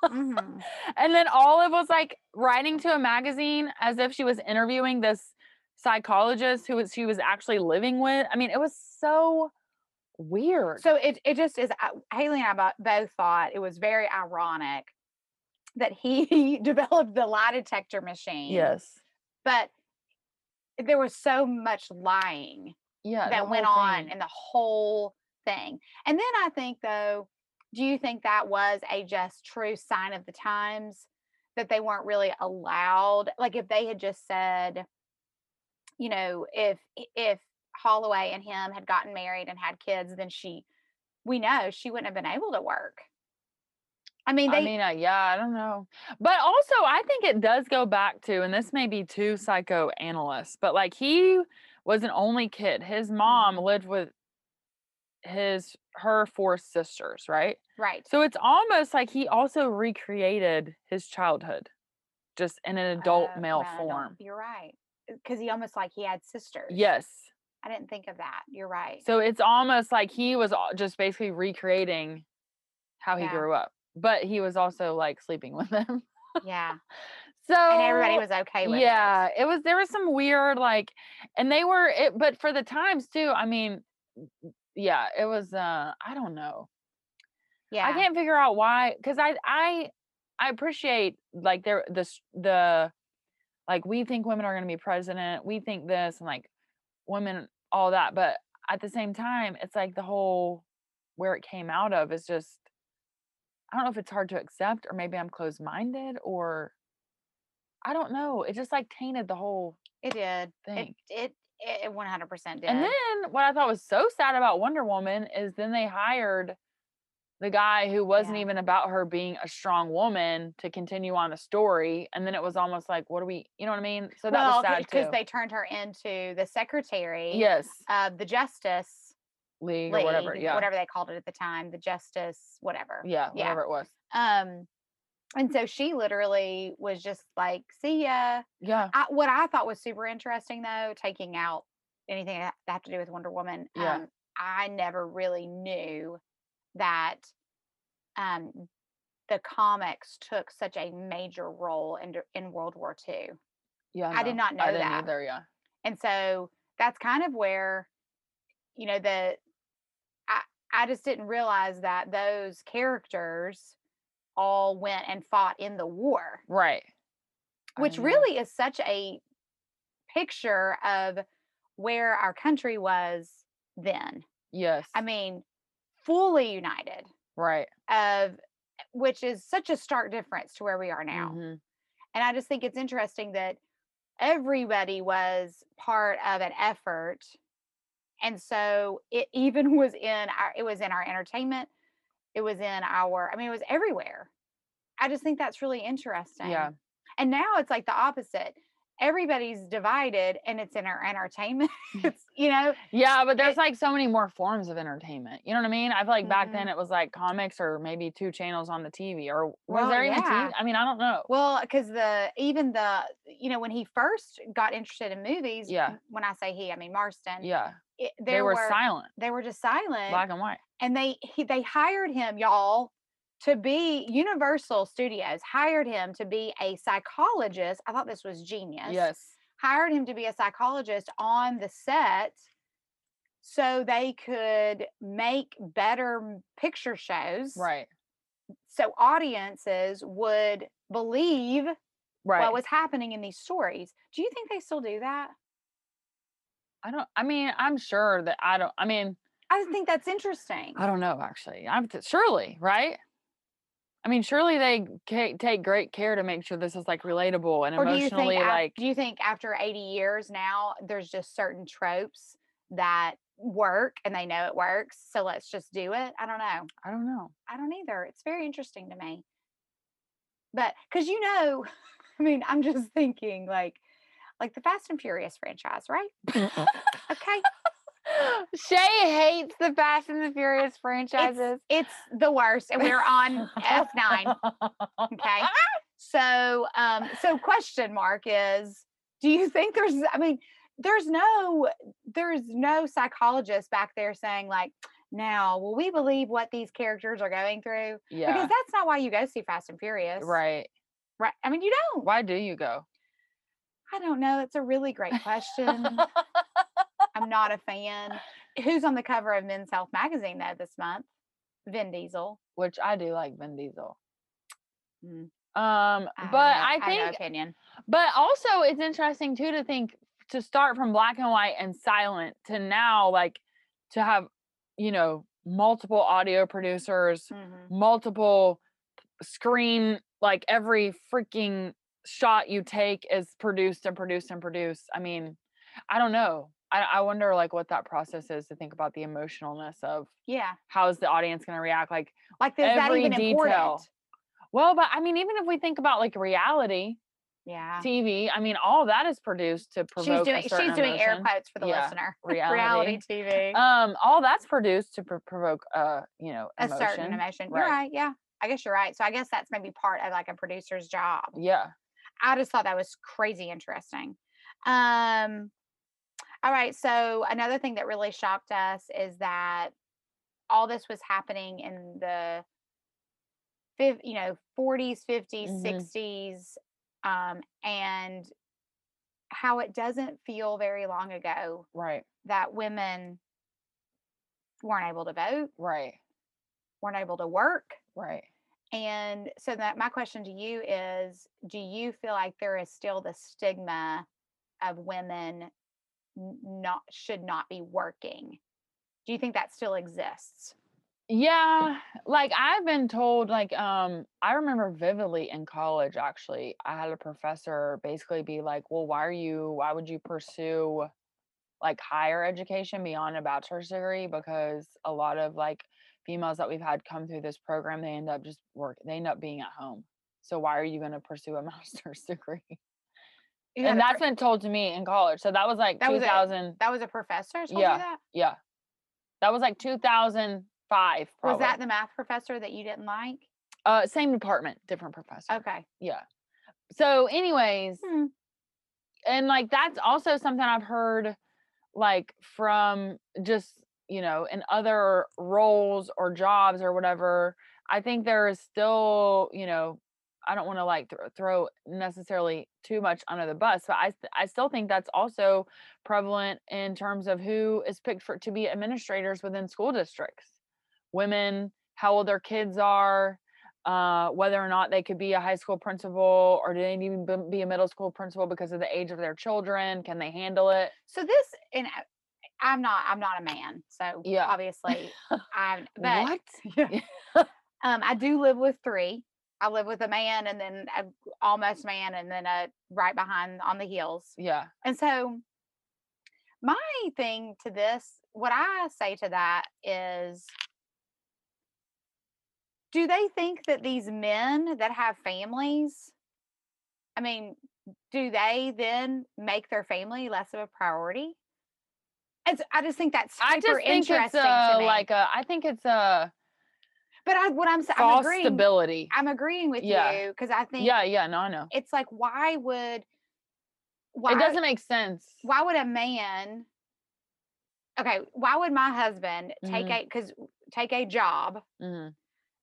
[SPEAKER 1] mhm.
[SPEAKER 2] And then Olive was like writing to a magazine as if she was interviewing this psychologist who was she was actually living with. I mean, it was so weird.
[SPEAKER 1] so it, it just is I- haley and i bo- both thought it was very ironic that he developed the lie detector machine
[SPEAKER 2] yes.
[SPEAKER 1] but there was so much lying
[SPEAKER 2] Yeah. uh, the
[SPEAKER 1] that went
[SPEAKER 2] whole
[SPEAKER 1] on
[SPEAKER 2] thing.
[SPEAKER 1] and the whole thing. And then I think though, do you think that was a just true sign of the times that they weren't really allowed? Like if they had just said, you know, if if Holloway and him had gotten married and had kids, then she we know she wouldn't have been able to work. I mean they
[SPEAKER 2] I mean, I, yeah, I don't know. But also, I think it does go back to, and this may be too psychoanalyst, but like he was an only kid. His mom
[SPEAKER 1] Mm-hmm.
[SPEAKER 2] lived with his, her four sisters, right?
[SPEAKER 1] right.
[SPEAKER 2] So it's almost like he also recreated his childhood just in an adult
[SPEAKER 1] Oh,
[SPEAKER 2] male
[SPEAKER 1] no, I don't-
[SPEAKER 2] form.
[SPEAKER 1] You're right. Because he almost like he had sisters.
[SPEAKER 2] Yes.
[SPEAKER 1] I didn't think of that. You're right.
[SPEAKER 2] So it's almost like he was al- just basically recreating how he
[SPEAKER 1] Yeah.
[SPEAKER 2] grew up, but he was also like sleeping with them.
[SPEAKER 1] yeah.
[SPEAKER 2] So
[SPEAKER 1] And everybody was okay with it.
[SPEAKER 2] yeah it was there was some weird like and they were it but for the times too i mean w- yeah it was uh i don't know
[SPEAKER 1] Yeah.
[SPEAKER 2] i can't figure out why because i i i appreciate like there the s- the like we think women are going to be president we think this and like women all that but at the same time it's like the whole where it came out of is just i don't know if it's hard to accept or maybe i'm closed minded or I don't know. It just like tainted the whole
[SPEAKER 1] It did. It
[SPEAKER 2] thing.
[SPEAKER 1] it it one hundred percent did.
[SPEAKER 2] And then what I thought was so sad about Wonder Woman is then they hired the guy who wasn't
[SPEAKER 1] Yeah.
[SPEAKER 2] even about her being a strong woman to continue on the story. And then it was almost like, what do we, you know what I mean? So that was sad
[SPEAKER 1] because
[SPEAKER 2] too.
[SPEAKER 1] they turned her into the secretary
[SPEAKER 2] yes,
[SPEAKER 1] of the justice
[SPEAKER 2] league,
[SPEAKER 1] league,
[SPEAKER 2] or whatever. Yeah,
[SPEAKER 1] whatever they called it at the time, the justice, whatever.
[SPEAKER 2] yeah,
[SPEAKER 1] yeah.
[SPEAKER 2] whatever it was.
[SPEAKER 1] Um, and so she literally was just like, "See ya."
[SPEAKER 2] Yeah,
[SPEAKER 1] I, what I thought was super interesting though, taking out anything that that have to do with Wonder Woman,
[SPEAKER 2] Yeah.
[SPEAKER 1] um, I never really knew that um, the comics took such a major role in d- in World War II,
[SPEAKER 2] yeah.
[SPEAKER 1] I did
[SPEAKER 2] no,
[SPEAKER 1] not know
[SPEAKER 2] I didn't
[SPEAKER 1] that.
[SPEAKER 2] either. Yeah,
[SPEAKER 1] and so that's kind of where you know the I I just didn't realize that those characters all went and fought in the war
[SPEAKER 2] right. I
[SPEAKER 1] which
[SPEAKER 2] didn't know.
[SPEAKER 1] really is such a picture of where our country was then.
[SPEAKER 2] yes.
[SPEAKER 1] I mean, fully united
[SPEAKER 2] right
[SPEAKER 1] of eh, which is such a stark difference to where we are now.
[SPEAKER 2] Mhm.
[SPEAKER 1] And I just think it's interesting that everybody was part of an effort. And so it even was in our it was in our entertainment. It was in our I mean it was everywhere. I just think that's really interesting.
[SPEAKER 2] Yeah.
[SPEAKER 1] And now it's like the opposite. Everybody's divided and it's in our entertainment.
[SPEAKER 2] Mm.
[SPEAKER 1] it's you know,
[SPEAKER 2] Yeah, but there's
[SPEAKER 1] It-
[SPEAKER 2] like so many more forms of entertainment. You know what I mean? I feel like back
[SPEAKER 1] Mm-hmm.
[SPEAKER 2] then it was like comics or maybe two channels on the TV or was
[SPEAKER 1] Well,
[SPEAKER 2] there even
[SPEAKER 1] yeah.
[SPEAKER 2] TV? I mean, I don't know.
[SPEAKER 1] well, because the even the you know, when he first got interested in movies,
[SPEAKER 2] Yeah.
[SPEAKER 1] when I say he, I mean Marston,
[SPEAKER 2] Yeah.
[SPEAKER 1] it,
[SPEAKER 2] They
[SPEAKER 1] there
[SPEAKER 2] were,
[SPEAKER 1] were
[SPEAKER 2] silent,
[SPEAKER 1] they were just silent
[SPEAKER 2] black and white.
[SPEAKER 1] and they he, they hired him y'all to be universal studios hired him to be a psychologist i thought this was genius
[SPEAKER 2] Yes.
[SPEAKER 1] hired him to be a psychologist on the set so they could make better m- picture shows
[SPEAKER 2] Right.
[SPEAKER 1] so audiences would believe
[SPEAKER 2] Right.
[SPEAKER 1] what was happening in these stories do you think they still do that
[SPEAKER 2] I don't I mean, I'm sure that I don't I mean,
[SPEAKER 1] i just think that's interesting
[SPEAKER 2] I don't know actually. I'm t- surely, right? I mean, surely they ca- take great care to make sure this is like relatable and
[SPEAKER 1] or do you think
[SPEAKER 2] emotionally
[SPEAKER 1] af-
[SPEAKER 2] like
[SPEAKER 1] do you think after 80 years now there's just certain tropes that work and they know it works so let's just do it i don't know
[SPEAKER 2] I don't know.
[SPEAKER 1] i don't either it's very interesting to me but because you know i mean i'm just thinking like like the fast and furious franchise right okay
[SPEAKER 2] Shay hates the Fast and the Furious
[SPEAKER 1] it's, it's the worst and we're on f9 okay so um so question mark is do you think there's i mean there's no there's no psychologist back there saying like now will we believe what these characters are going through because
[SPEAKER 2] yeah.
[SPEAKER 1] that's not why you go see fast and furious
[SPEAKER 2] Right.
[SPEAKER 1] right i mean you don't
[SPEAKER 2] Why do you go?
[SPEAKER 1] i don't know it's a really great question i'm not a fan who's on the cover of men's health magazine though this month vin diesel
[SPEAKER 2] Which I do like Vin Diesel.
[SPEAKER 1] Mm,
[SPEAKER 2] Um,
[SPEAKER 1] I have
[SPEAKER 2] but
[SPEAKER 1] no-
[SPEAKER 2] I
[SPEAKER 1] have no
[SPEAKER 2] think,
[SPEAKER 1] opinion
[SPEAKER 2] but also it's interesting too to think to start from black and white and silent to now like to have you know multiple audio producers,
[SPEAKER 1] Mhm.
[SPEAKER 2] multiple screen like every freaking shot you take is produced and produced and produced. I mean, I don't know. I, I wonder like what that process is to think about the emotionalness of
[SPEAKER 1] yeah
[SPEAKER 2] how is the audience going to react like
[SPEAKER 1] like is that
[SPEAKER 2] Every
[SPEAKER 1] even important
[SPEAKER 2] detail. Well, but I mean, even if we think about like reality
[SPEAKER 1] yeah
[SPEAKER 2] TV, I mean, all that is produced to provoke.
[SPEAKER 1] she's
[SPEAKER 2] a
[SPEAKER 1] doing she's
[SPEAKER 2] certain
[SPEAKER 1] doing air
[SPEAKER 2] emotion.
[SPEAKER 1] quotes for the
[SPEAKER 2] Yeah,
[SPEAKER 1] listener reality
[SPEAKER 2] reality.
[SPEAKER 1] tv
[SPEAKER 2] Um, all that's produced to pro- provoke uh, you know,
[SPEAKER 1] a
[SPEAKER 2] emotion.
[SPEAKER 1] certain emotion you're
[SPEAKER 2] right.
[SPEAKER 1] right yeah i guess you're right so i guess that's maybe part of like a producer's job
[SPEAKER 2] Yeah.
[SPEAKER 1] i just thought that was crazy interesting um all right so another thing that really shocked us is that all this was happening in the fif- you know 40s 50s
[SPEAKER 2] Mhm.
[SPEAKER 1] 60s um and how it doesn't feel very long ago
[SPEAKER 2] Right.
[SPEAKER 1] that women weren't able to vote,
[SPEAKER 2] Right.
[SPEAKER 1] weren't able to work.
[SPEAKER 2] Right.
[SPEAKER 1] And so that my question to you is do you feel like there is still the stigma of women n- not should not be working? Do you think that still exists?
[SPEAKER 2] Yeah, like I've been told like um I remember vividly in college actually I had a professor basically be like, "Well, why are you why would you pursue like higher education beyond a bachelor's degree because a lot of like females that we've had come through this program they end up just work they end up being at home. So why are you going to pursue a master's degree?"
[SPEAKER 1] You
[SPEAKER 2] and
[SPEAKER 1] had a
[SPEAKER 2] that's
[SPEAKER 1] pro-
[SPEAKER 2] been told to me in college. So that was like
[SPEAKER 1] That was it.
[SPEAKER 2] 2000
[SPEAKER 1] that was a professor told you that?
[SPEAKER 2] yeah. That was like 2005 probably.
[SPEAKER 1] Was that the math professor that you didn't like?
[SPEAKER 2] uh same department, different professor.
[SPEAKER 1] Okay.
[SPEAKER 2] Yeah. So, anyways,
[SPEAKER 1] Hmm.
[SPEAKER 2] and like that's also something I've heard like from just, you know, in other roles or jobs or whatever. I think there is still, you know, I don't want to like thro- throw necessarily too much under the bus, but I st- I still think that's also prevalent in terms of who is picked for to be administrators within school districts. Women, how old their kids are, uh, whether or not they could be a high school principal or do they need to b- be a middle school principal because of the age of their children? Can they handle it?
[SPEAKER 1] So this and I, I'm not I'm not a man, so
[SPEAKER 2] Yeah.
[SPEAKER 1] obviously I'm but um I do live with three. I live with a man and then a almost man and then a right behind on the heels.
[SPEAKER 2] Yeah.
[SPEAKER 1] And so my thing to this, what I say to that is do they think that these men that have families, I mean, do they then make their family less of a priority? It's, I just think that's super
[SPEAKER 2] I just think it's
[SPEAKER 1] interesting
[SPEAKER 2] a,
[SPEAKER 1] to me.
[SPEAKER 2] like a, I think it's a
[SPEAKER 1] but I, what I'm saying, I'm
[SPEAKER 2] false
[SPEAKER 1] agreeing,
[SPEAKER 2] stability.
[SPEAKER 1] I'm agreeing with
[SPEAKER 2] Yeah.
[SPEAKER 1] you because I think
[SPEAKER 2] Yeah. Yeah. No, I know.
[SPEAKER 1] it's like, why would, why
[SPEAKER 2] It doesn't make sense.
[SPEAKER 1] why would a man okay why would my husband take
[SPEAKER 2] Mhm.
[SPEAKER 1] a because take a job
[SPEAKER 2] Mhm.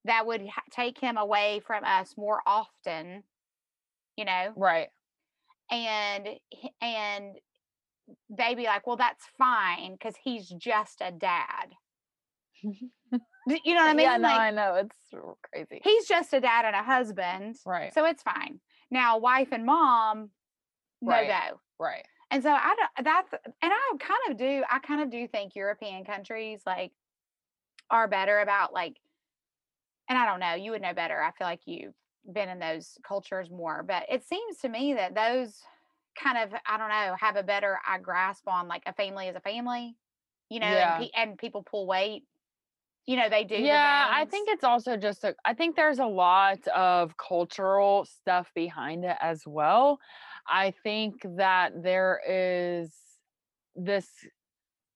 [SPEAKER 1] that would ha- take him away from us more often you know
[SPEAKER 2] Right.
[SPEAKER 1] and h- and they be like well that's fine because he's just a dad D- you know what i mean
[SPEAKER 2] yeah. No,
[SPEAKER 1] like
[SPEAKER 2] I know. It's r- crazy.
[SPEAKER 1] he's just a dad and a husband
[SPEAKER 2] right.
[SPEAKER 1] so it's fine now wife and mom no
[SPEAKER 2] Right.
[SPEAKER 1] go
[SPEAKER 2] right.
[SPEAKER 1] And so I don't that's and I kind of do I kind of do think European countries like are better about like and I don't know, you would know better. I feel like you've been in those cultures more, but it seems to me that those kind of I don't know, have a better I grasp on like a family is a family, you know,
[SPEAKER 2] Yeah.
[SPEAKER 1] and, pe- and people pull weight. You know, they do. the
[SPEAKER 2] yeah i
[SPEAKER 1] things.
[SPEAKER 2] think it's also just a, i think there's a lot of cultural stuff behind it as well i think that there is this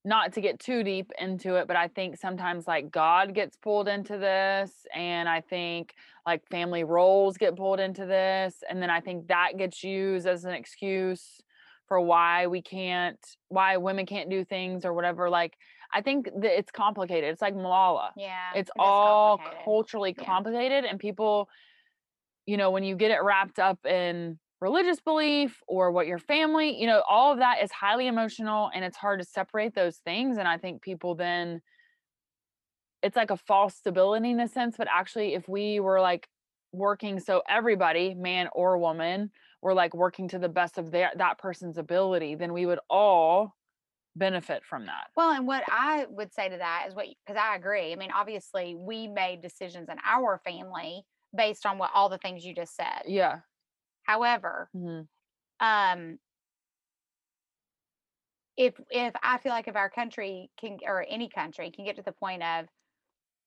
[SPEAKER 2] not to get too deep into it but i think sometimes like god gets pulled into this and i think like family roles get pulled into this and then i think that gets used as an excuse for why we can't why women can't do things or whatever like i think that it's complicated it's like malala
[SPEAKER 1] yeah.
[SPEAKER 2] it's
[SPEAKER 1] it is
[SPEAKER 2] all
[SPEAKER 1] complicated.
[SPEAKER 2] culturally
[SPEAKER 1] Yeah.
[SPEAKER 2] complicated and people you know when you get it wrapped up in religious belief or what your family you know all of that is highly emotional and it's hard to separate those things and i think people then it's like a false stability in a sense but actually if we were like working so everybody man or woman were like working to the best of their that person's ability then we would all benefit from that
[SPEAKER 1] Well, and what I would say to that is what, because I agree. I mean, obviously, we made decisions in our family based on what all the things you just said.
[SPEAKER 2] yeah
[SPEAKER 1] However,
[SPEAKER 2] Mhm.
[SPEAKER 1] um, if if I feel like if our country can or any country can get to the point of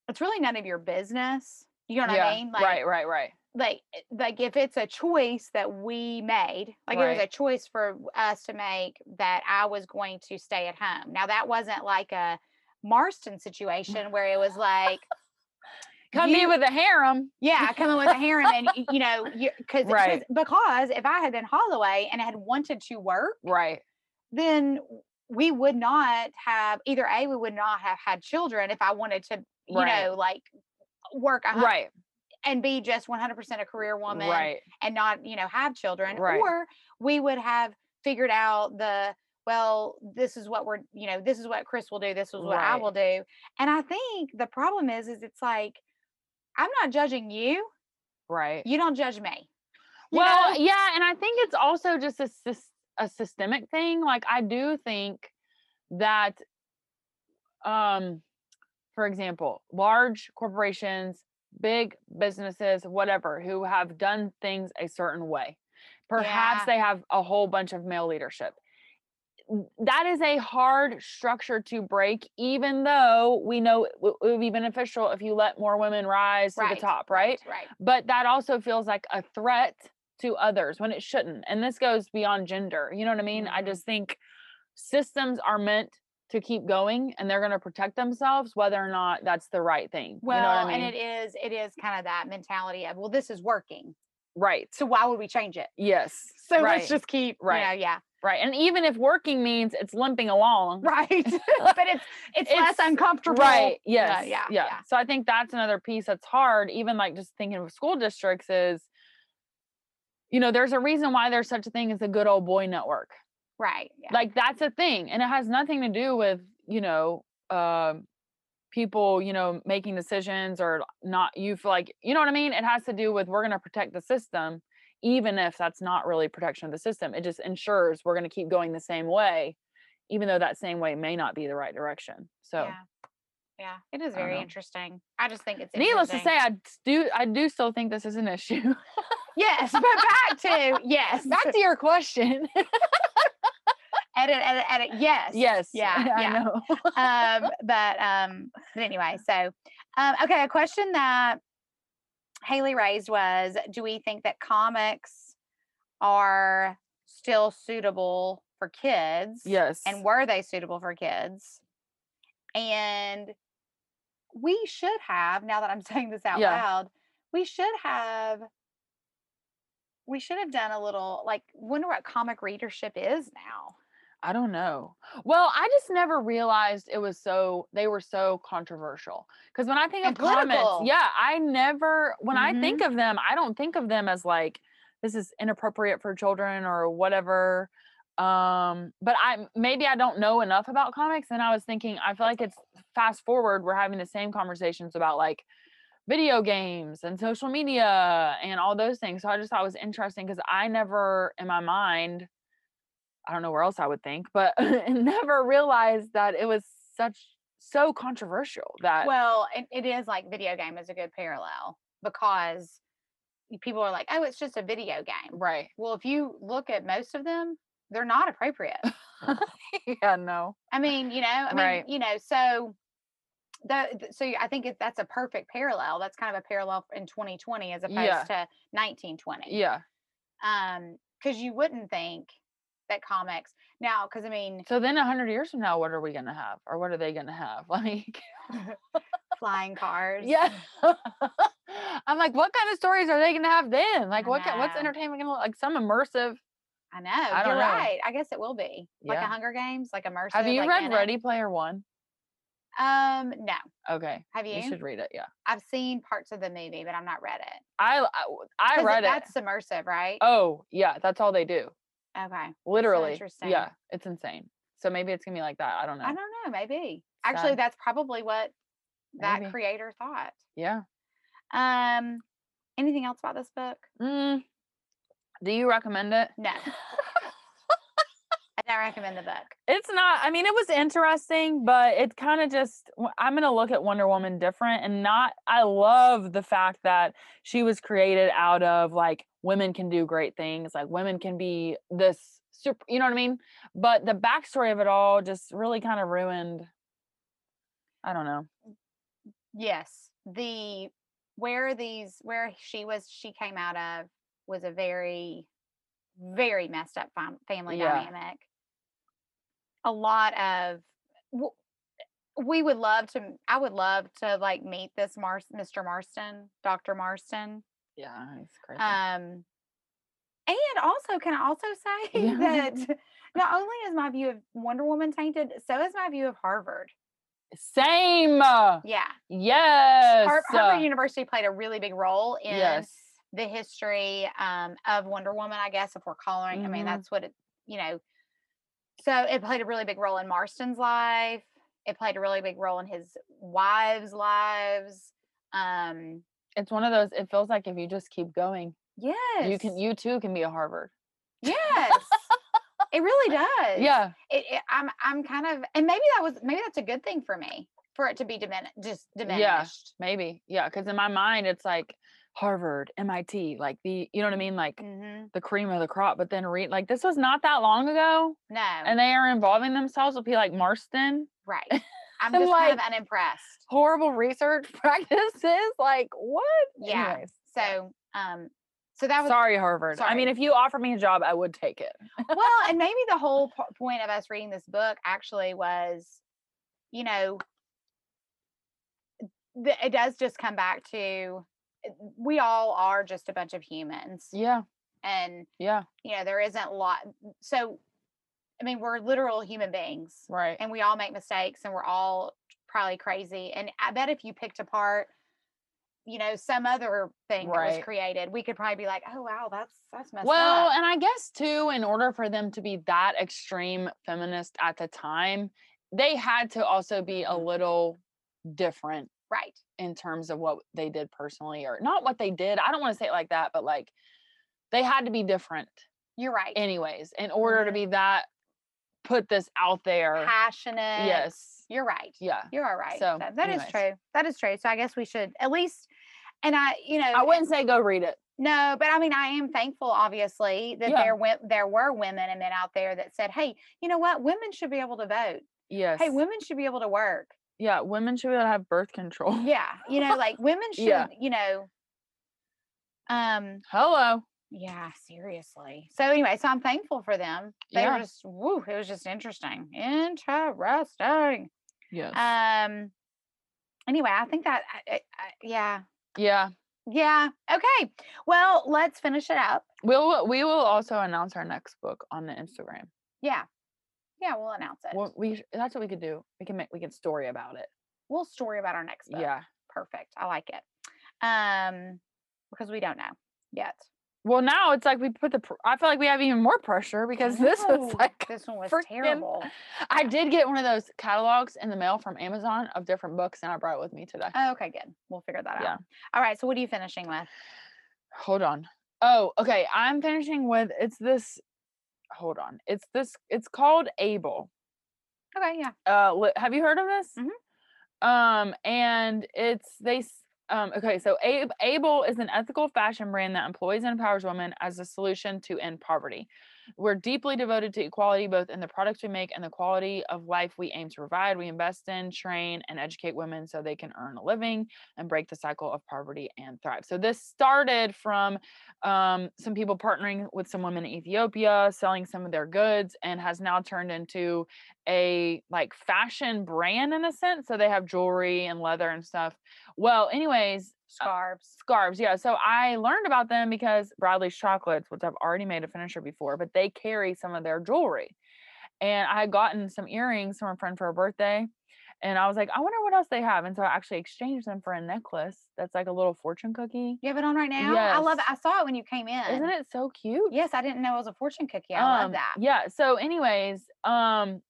[SPEAKER 1] it's really none of your business. You know what
[SPEAKER 2] yeah
[SPEAKER 1] I mean? Like,
[SPEAKER 2] right right right
[SPEAKER 1] like it- like if it's a choice that we made like it was
[SPEAKER 2] Right.
[SPEAKER 1] a choice for w- us to make that i was going to stay at home now that wasn't like a marston situation where it was like
[SPEAKER 2] come be
[SPEAKER 1] you-
[SPEAKER 2] with a harem
[SPEAKER 1] yeah i come in with a harem and y- you know because
[SPEAKER 2] Right.
[SPEAKER 1] because if i had been holloway and had wanted to work
[SPEAKER 2] Right.
[SPEAKER 1] then w- we would not have either a we would not have had children if i wanted to you
[SPEAKER 2] Right.
[SPEAKER 1] know like work a hun-
[SPEAKER 2] Right.
[SPEAKER 1] and be just 100% a career woman
[SPEAKER 2] Right.
[SPEAKER 1] and not you know have children
[SPEAKER 2] Right.
[SPEAKER 1] or we would have figured out the well this is what we're you know this is what chris will do this is what i
[SPEAKER 2] Right.
[SPEAKER 1] will do and i think the problem is is it's like i'm not judging you
[SPEAKER 2] Right.
[SPEAKER 1] you don't judge me you
[SPEAKER 2] Well,
[SPEAKER 1] know?
[SPEAKER 2] yeah, and I think it's also just a sys- a systemic thing. Like I do think that um for example, large corporations, big businesses, whatever, who have done things a certain way. Perhaps
[SPEAKER 1] Yeah.
[SPEAKER 2] they have a whole bunch of male leadership. N- That is a hard structure to break, even though we know it w- it would be beneficial if you let more women rise to the top, right?
[SPEAKER 1] Right.
[SPEAKER 2] But that also feels like a threat to others when it shouldn't. And this goes beyond gender. You know what I mean? I
[SPEAKER 1] Mhm.
[SPEAKER 2] just think systems are meant to keep going and they're going to protect themselves whether or not that's the right thing.
[SPEAKER 1] Well,
[SPEAKER 2] you know what I mean?
[SPEAKER 1] and it is it is kind of that mentality of well, this is working,
[SPEAKER 2] right.
[SPEAKER 1] so why would we change it?
[SPEAKER 2] Yes.
[SPEAKER 1] So
[SPEAKER 2] right.
[SPEAKER 1] let's just keep
[SPEAKER 2] Right.
[SPEAKER 1] You know, yeah.
[SPEAKER 2] right. And even if working means it's limping along.
[SPEAKER 1] Right. but it's, it's less
[SPEAKER 2] It's-
[SPEAKER 1] uncomfortable.
[SPEAKER 2] Right.
[SPEAKER 1] Yeah,
[SPEAKER 2] Yes.
[SPEAKER 1] yeah,
[SPEAKER 2] yeah.
[SPEAKER 1] yeah.
[SPEAKER 2] So I think that's another piece that's hard. Even like just thinking of school districts is, you know, there's a reason why there's such a thing as the good old boy network.
[SPEAKER 1] Right. Yeah.
[SPEAKER 2] like that's a thing and it has nothing to do with you know um people you know making decisions or not you feel like you know what i mean it has to do with we're going to protect the system even if that's not really protection of the system it just ensures we're going to keep going the same way even though that same way may not be the right direction so
[SPEAKER 1] yeah. Yeah. It is
[SPEAKER 2] I don't
[SPEAKER 1] very
[SPEAKER 2] know.
[SPEAKER 1] interesting. I just think it's
[SPEAKER 2] needless to
[SPEAKER 1] interesting.
[SPEAKER 2] say i do i do still think this is an issue
[SPEAKER 1] Yes, but back to yes.
[SPEAKER 2] back to your question
[SPEAKER 1] edit, edit, edit. Yes.
[SPEAKER 2] yes
[SPEAKER 1] Yeah.
[SPEAKER 2] i
[SPEAKER 1] yeah.
[SPEAKER 2] know
[SPEAKER 1] um, but um, but anyway, so um, okay, a question that Haley raised was: Do we think that comics are still suitable for kids?
[SPEAKER 2] yes
[SPEAKER 1] And were they suitable for kids? And we should have, now that I'm saying this out
[SPEAKER 2] Yeah.
[SPEAKER 1] loud, we should have we should have done a little like wonder what comic readership is now.
[SPEAKER 2] I don't know. Well, I just never realized it was so they were so controversial. Because when I think
[SPEAKER 1] And
[SPEAKER 2] of comments,
[SPEAKER 1] political.
[SPEAKER 2] yeah, I never when I think of them, I don't think of them as like this is inappropriate for children or whatever. Um, but I maybe I don't know enough about comics, and I was thinking I feel like it's fast forward. We're having the same conversations about like video games and social media and all those things. So I just thought it was interesting because I never in my mind I don't know where else I would think, but never realized that it was such so controversial that
[SPEAKER 1] Well, it, it is like video game is a good parallel because people are like, oh, it's just a video game.
[SPEAKER 2] right.
[SPEAKER 1] Well, if you look at most of them, they're not appropriate.
[SPEAKER 2] yeah, no.
[SPEAKER 1] I mean, you know, I mean,
[SPEAKER 2] Right.
[SPEAKER 1] you know, so the th- so I think it, that's a perfect parallel. That's kind of a parallel in 2020 as opposed
[SPEAKER 2] Yeah.
[SPEAKER 1] to 1920.
[SPEAKER 2] Yeah.
[SPEAKER 1] Um, because you wouldn't think that comics now, because I mean,
[SPEAKER 2] So then a hundred years from now, what are we gonna have? Or what are they gonna have? Like
[SPEAKER 1] flying cars.
[SPEAKER 2] Yeah. I'm like, what kind of stories are they gonna have then? Like
[SPEAKER 1] I
[SPEAKER 2] what kind, what's
[SPEAKER 1] know.
[SPEAKER 2] entertainment gonna look like? Some immersive.
[SPEAKER 1] I know.
[SPEAKER 2] don't
[SPEAKER 1] you're
[SPEAKER 2] know.
[SPEAKER 1] right. I guess it will be like a
[SPEAKER 2] Yeah.
[SPEAKER 1] Hunger Games, like immersive.
[SPEAKER 2] Have you
[SPEAKER 1] like,
[SPEAKER 2] read
[SPEAKER 1] in it.
[SPEAKER 2] Ready Player One?
[SPEAKER 1] Um, no.
[SPEAKER 2] Okay.
[SPEAKER 1] Have you?
[SPEAKER 2] You should read it. Yeah.
[SPEAKER 1] I've seen parts of the movie, but I've not read it.
[SPEAKER 2] I I,
[SPEAKER 1] 'Cause
[SPEAKER 2] I
[SPEAKER 1] it-
[SPEAKER 2] read it.
[SPEAKER 1] That's submersive, right?
[SPEAKER 2] Oh yeah, that's all they do.
[SPEAKER 1] Okay.
[SPEAKER 2] Literally.
[SPEAKER 1] interesting.
[SPEAKER 2] Yeah. It's insane. So maybe it's gonna be like that. I don't know.
[SPEAKER 1] I don't know. Maybe. Actually,
[SPEAKER 2] So,
[SPEAKER 1] that's probably what that
[SPEAKER 2] maybe.
[SPEAKER 1] creator thought.
[SPEAKER 2] Yeah.
[SPEAKER 1] Um, anything else about this book?
[SPEAKER 2] Mm. Do you recommend it?
[SPEAKER 1] No. I don't recommend the book.
[SPEAKER 2] It's not. I mean, it was interesting, but it kind of just. w- I'm gonna look at Wonder Woman different, and not. I love the fact that she was created out of like women can do great things, like women can be this super. You know what I mean? But the backstory of it all just really kind of ruined. I don't know.
[SPEAKER 1] Yes. The where these where she was she came out of was a very very messed up fam- family
[SPEAKER 2] Yeah.
[SPEAKER 1] dynamic. A lot of w- we would love to I would love to like meet this Mars Mr. Marston, Dr. Marston.
[SPEAKER 2] Yeah, it's crazy.
[SPEAKER 1] Um, and also, can I also say
[SPEAKER 2] Yeah.
[SPEAKER 1] that not only is my view of Wonder Woman tainted, so is my view of Harvard.
[SPEAKER 2] Same. uh,
[SPEAKER 1] Yeah,
[SPEAKER 2] Yes.
[SPEAKER 1] Har-
[SPEAKER 2] uh,
[SPEAKER 1] Harvard University played a really big role in
[SPEAKER 2] yes.
[SPEAKER 1] the history um, of Wonder Woman. I guess if we're coloring, I mean
[SPEAKER 2] Mhm.
[SPEAKER 1] that's what it, you know. So it played a really big role in Marston's life. It played a really big role in his wives' lives. Um,
[SPEAKER 2] It's one of those. It feels like if you just keep going,
[SPEAKER 1] yes,
[SPEAKER 2] you can. You too can be a Harvard.
[SPEAKER 1] yes, it really does.
[SPEAKER 2] Yeah.
[SPEAKER 1] it, it, I'm I'm kind of and maybe that was maybe that's a good thing for me for it to be dimin- just diminished.
[SPEAKER 2] maybe yeah because in my mind it's like harvard mit like the you know what i mean like
[SPEAKER 1] hmm
[SPEAKER 2] the cream of the crop but then read like this was not that long ago
[SPEAKER 1] No,
[SPEAKER 2] and they are involving themselves with people like marston
[SPEAKER 1] right. I'm
[SPEAKER 2] I'm
[SPEAKER 1] just kind of
[SPEAKER 2] like-
[SPEAKER 1] unimpressed.
[SPEAKER 2] horrible research practices like what
[SPEAKER 1] Yeah,
[SPEAKER 2] Anyways,
[SPEAKER 1] So, um, so that was
[SPEAKER 2] sorry harvard i
[SPEAKER 1] sorry.
[SPEAKER 2] mean if you offer me a job i would take it
[SPEAKER 1] well, and maybe the whole po- point of us reading this book actually was, you know, th- it does just come back to uh, we all are just a bunch of humans,
[SPEAKER 2] yeah
[SPEAKER 1] and
[SPEAKER 2] yeah
[SPEAKER 1] you know there isn't a lot. So, I mean, we're literal human beings,
[SPEAKER 2] right
[SPEAKER 1] and we all make mistakes, and we're all probably crazy. And I bet if you picked apart. You know, some other thing that was
[SPEAKER 2] Right.
[SPEAKER 1] created, we could probably be like, "Oh wow, that's that's messed up."
[SPEAKER 2] well and i guess too in order for them to be that extreme feminist at the time they had to also be
[SPEAKER 1] Mm-hmm.
[SPEAKER 2] a little different
[SPEAKER 1] Right.
[SPEAKER 2] in terms of what they did personally or not what they did i don't want to say it like that but like they had to be different
[SPEAKER 1] You're right.
[SPEAKER 2] anyways in order to
[SPEAKER 1] Mhm.
[SPEAKER 2] be that put this out there
[SPEAKER 1] Passionate.
[SPEAKER 2] yes
[SPEAKER 1] You're right.
[SPEAKER 2] yeah
[SPEAKER 1] You are right.
[SPEAKER 2] So,
[SPEAKER 1] that, that is
[SPEAKER 2] anyways.
[SPEAKER 1] true. That is true. So I guess we should at least and I, you know,
[SPEAKER 2] i wouldn't say go read it
[SPEAKER 1] no, but I mean, I am thankful, obviously, that
[SPEAKER 2] Yeah.
[SPEAKER 1] there went there were women and men out there that said, "Hey, you know what? Women should be able to vote.
[SPEAKER 2] yes
[SPEAKER 1] Hey, women should be able to work.
[SPEAKER 2] yeah women should be able to have birth control
[SPEAKER 1] Yeah, you know, like women should,
[SPEAKER 2] Yeah.
[SPEAKER 1] you know." Um.
[SPEAKER 2] hello
[SPEAKER 1] Yeah. Seriously. So anyway, so I'm thankful for them. They
[SPEAKER 2] Yeah.
[SPEAKER 1] were just woo. It was just interesting. Interesting.
[SPEAKER 2] yes
[SPEAKER 1] Um. Anyway, I think that I, I, I- yeah,
[SPEAKER 2] yeah
[SPEAKER 1] yeah. Okay. Well, let's finish it up.
[SPEAKER 2] we'll we will also announce our next book on the instagram
[SPEAKER 1] Yeah, yeah. We'll announce it.
[SPEAKER 2] Well, we sh- that's what we could do. We can make we can story about it.
[SPEAKER 1] We'll story about our next book.
[SPEAKER 2] Yeah.
[SPEAKER 1] Perfect. I like it. Um, because we don't know yet.
[SPEAKER 2] Well, now it's like we put the. Pr- I feel like we have even more pressure because this was
[SPEAKER 1] No,
[SPEAKER 2] like
[SPEAKER 1] this one was
[SPEAKER 2] freaking-
[SPEAKER 1] terrible.
[SPEAKER 2] I did get one of those catalogs in the mail from Amazon of different books, and I brought it with me today.
[SPEAKER 1] Oh, okay, good. We'll figure that
[SPEAKER 2] Yeah.
[SPEAKER 1] out. All right. So, what are you finishing with?
[SPEAKER 2] Hold on. Oh, okay. I'm finishing with it's this. Hold on. It's this. It's called Able.
[SPEAKER 1] Okay. Yeah.
[SPEAKER 2] Uh, li- have you heard of this?
[SPEAKER 1] Mhm.
[SPEAKER 2] Um, and it's they. s- Um, okay, so Ab- Able is an ethical fashion brand that employs and empowers women as a solution to end poverty. We're deeply devoted to equality, both in the products we make and the quality of life we aim to provide. We invest in, train, and educate women so they can earn a living and break the cycle of poverty and thrive. So this started from um, some people partnering with some women in Ethiopia, selling some of their goods, and has now turned into a like fashion brand in a sense. So they have jewelry and leather and stuff. Well, anyways,
[SPEAKER 1] Scarves.
[SPEAKER 2] scarves. Yeah. So I learned about them because Bradley's Chocolates, which I've already made a finisher before, but they carry some of their jewelry. And I had gotten some earrings from a friend for her birthday. And I was like, I wonder what else they have. And so I actually exchanged them for a necklace that's like a little fortune cookie.
[SPEAKER 1] You have it on right now. I love it. I saw it when you came in.
[SPEAKER 2] Isn't it so cute?
[SPEAKER 1] Yes, I didn't know it was a fortune cookie. I love
[SPEAKER 2] Um,
[SPEAKER 1] that.
[SPEAKER 2] Yeah. So, anyways, um,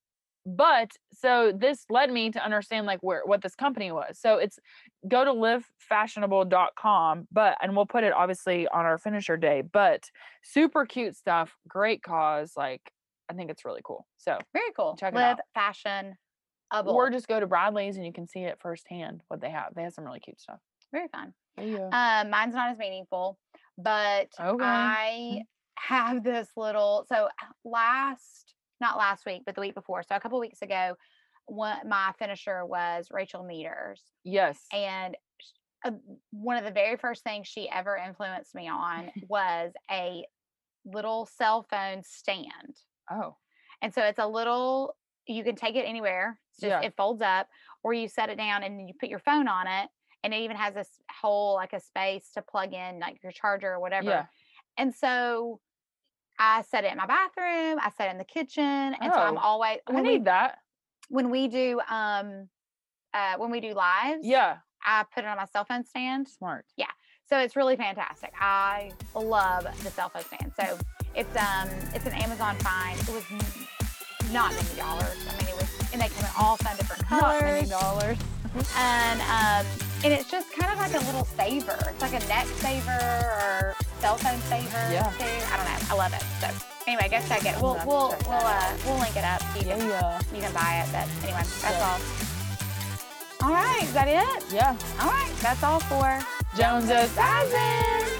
[SPEAKER 2] but so this led me to understand like where what this company was. So it's go to livefashionable.com, but and we'll put it obviously on our finisher day, but super cute stuff, great cause. Like, I think it's really cool. So,
[SPEAKER 1] Very cool.
[SPEAKER 2] Check it
[SPEAKER 1] Live
[SPEAKER 2] out.
[SPEAKER 1] fashion.
[SPEAKER 2] or just go to Bradley's and you can see it firsthand what they have. They have some really cute stuff.
[SPEAKER 1] Very fun.
[SPEAKER 2] Yeah.
[SPEAKER 1] Um, mine's not as meaningful, but
[SPEAKER 2] Okay.
[SPEAKER 1] I have this little. So uh, last, not last week, but the week before, so a couple weeks ago, one my finisher was Rachel Meters,
[SPEAKER 2] yes.
[SPEAKER 1] and sh- uh, one of the very first things she ever influenced me on was a little cell phone stand.
[SPEAKER 2] Oh,
[SPEAKER 1] And so it's a little, you can take it anywhere. It's just,
[SPEAKER 2] Yeah.
[SPEAKER 1] it folds up, or you set it down and you put your phone on it. And it even has this hole, like a space to plug in, like your charger or whatever.
[SPEAKER 2] yeah.
[SPEAKER 1] And so I set it in my bathroom, I set it in the kitchen. And so I'm
[SPEAKER 2] Oh,
[SPEAKER 1] always,
[SPEAKER 2] I
[SPEAKER 1] when we,
[SPEAKER 2] need that.
[SPEAKER 1] when we do, um, uh, when we do lives,
[SPEAKER 2] Yeah.
[SPEAKER 1] I put it on my cell phone stand.
[SPEAKER 2] Smart.
[SPEAKER 1] So it's really fantastic. I love the cell phone stand. So it's um it's an Amazon find. It was not many dollars. I mean it was and they came in all fun different
[SPEAKER 2] Not many
[SPEAKER 1] colors.
[SPEAKER 2] dollars.
[SPEAKER 1] And um and it's just kind of like a little saver. It's like a neck saver or cell phone saver
[SPEAKER 2] Yeah.
[SPEAKER 1] too. I don't know. I love it. So anyway, I guess I get it. We'll
[SPEAKER 2] Love to
[SPEAKER 1] we'll
[SPEAKER 2] check that
[SPEAKER 1] we'll
[SPEAKER 2] out.
[SPEAKER 1] uh, we'll link it up. You
[SPEAKER 2] Yeah.
[SPEAKER 1] can you can buy it. But anyway, that's
[SPEAKER 2] Yeah.
[SPEAKER 1] all. All Is that it?
[SPEAKER 2] Yeah.
[SPEAKER 1] All right. That's all for
[SPEAKER 2] Jones Assassin.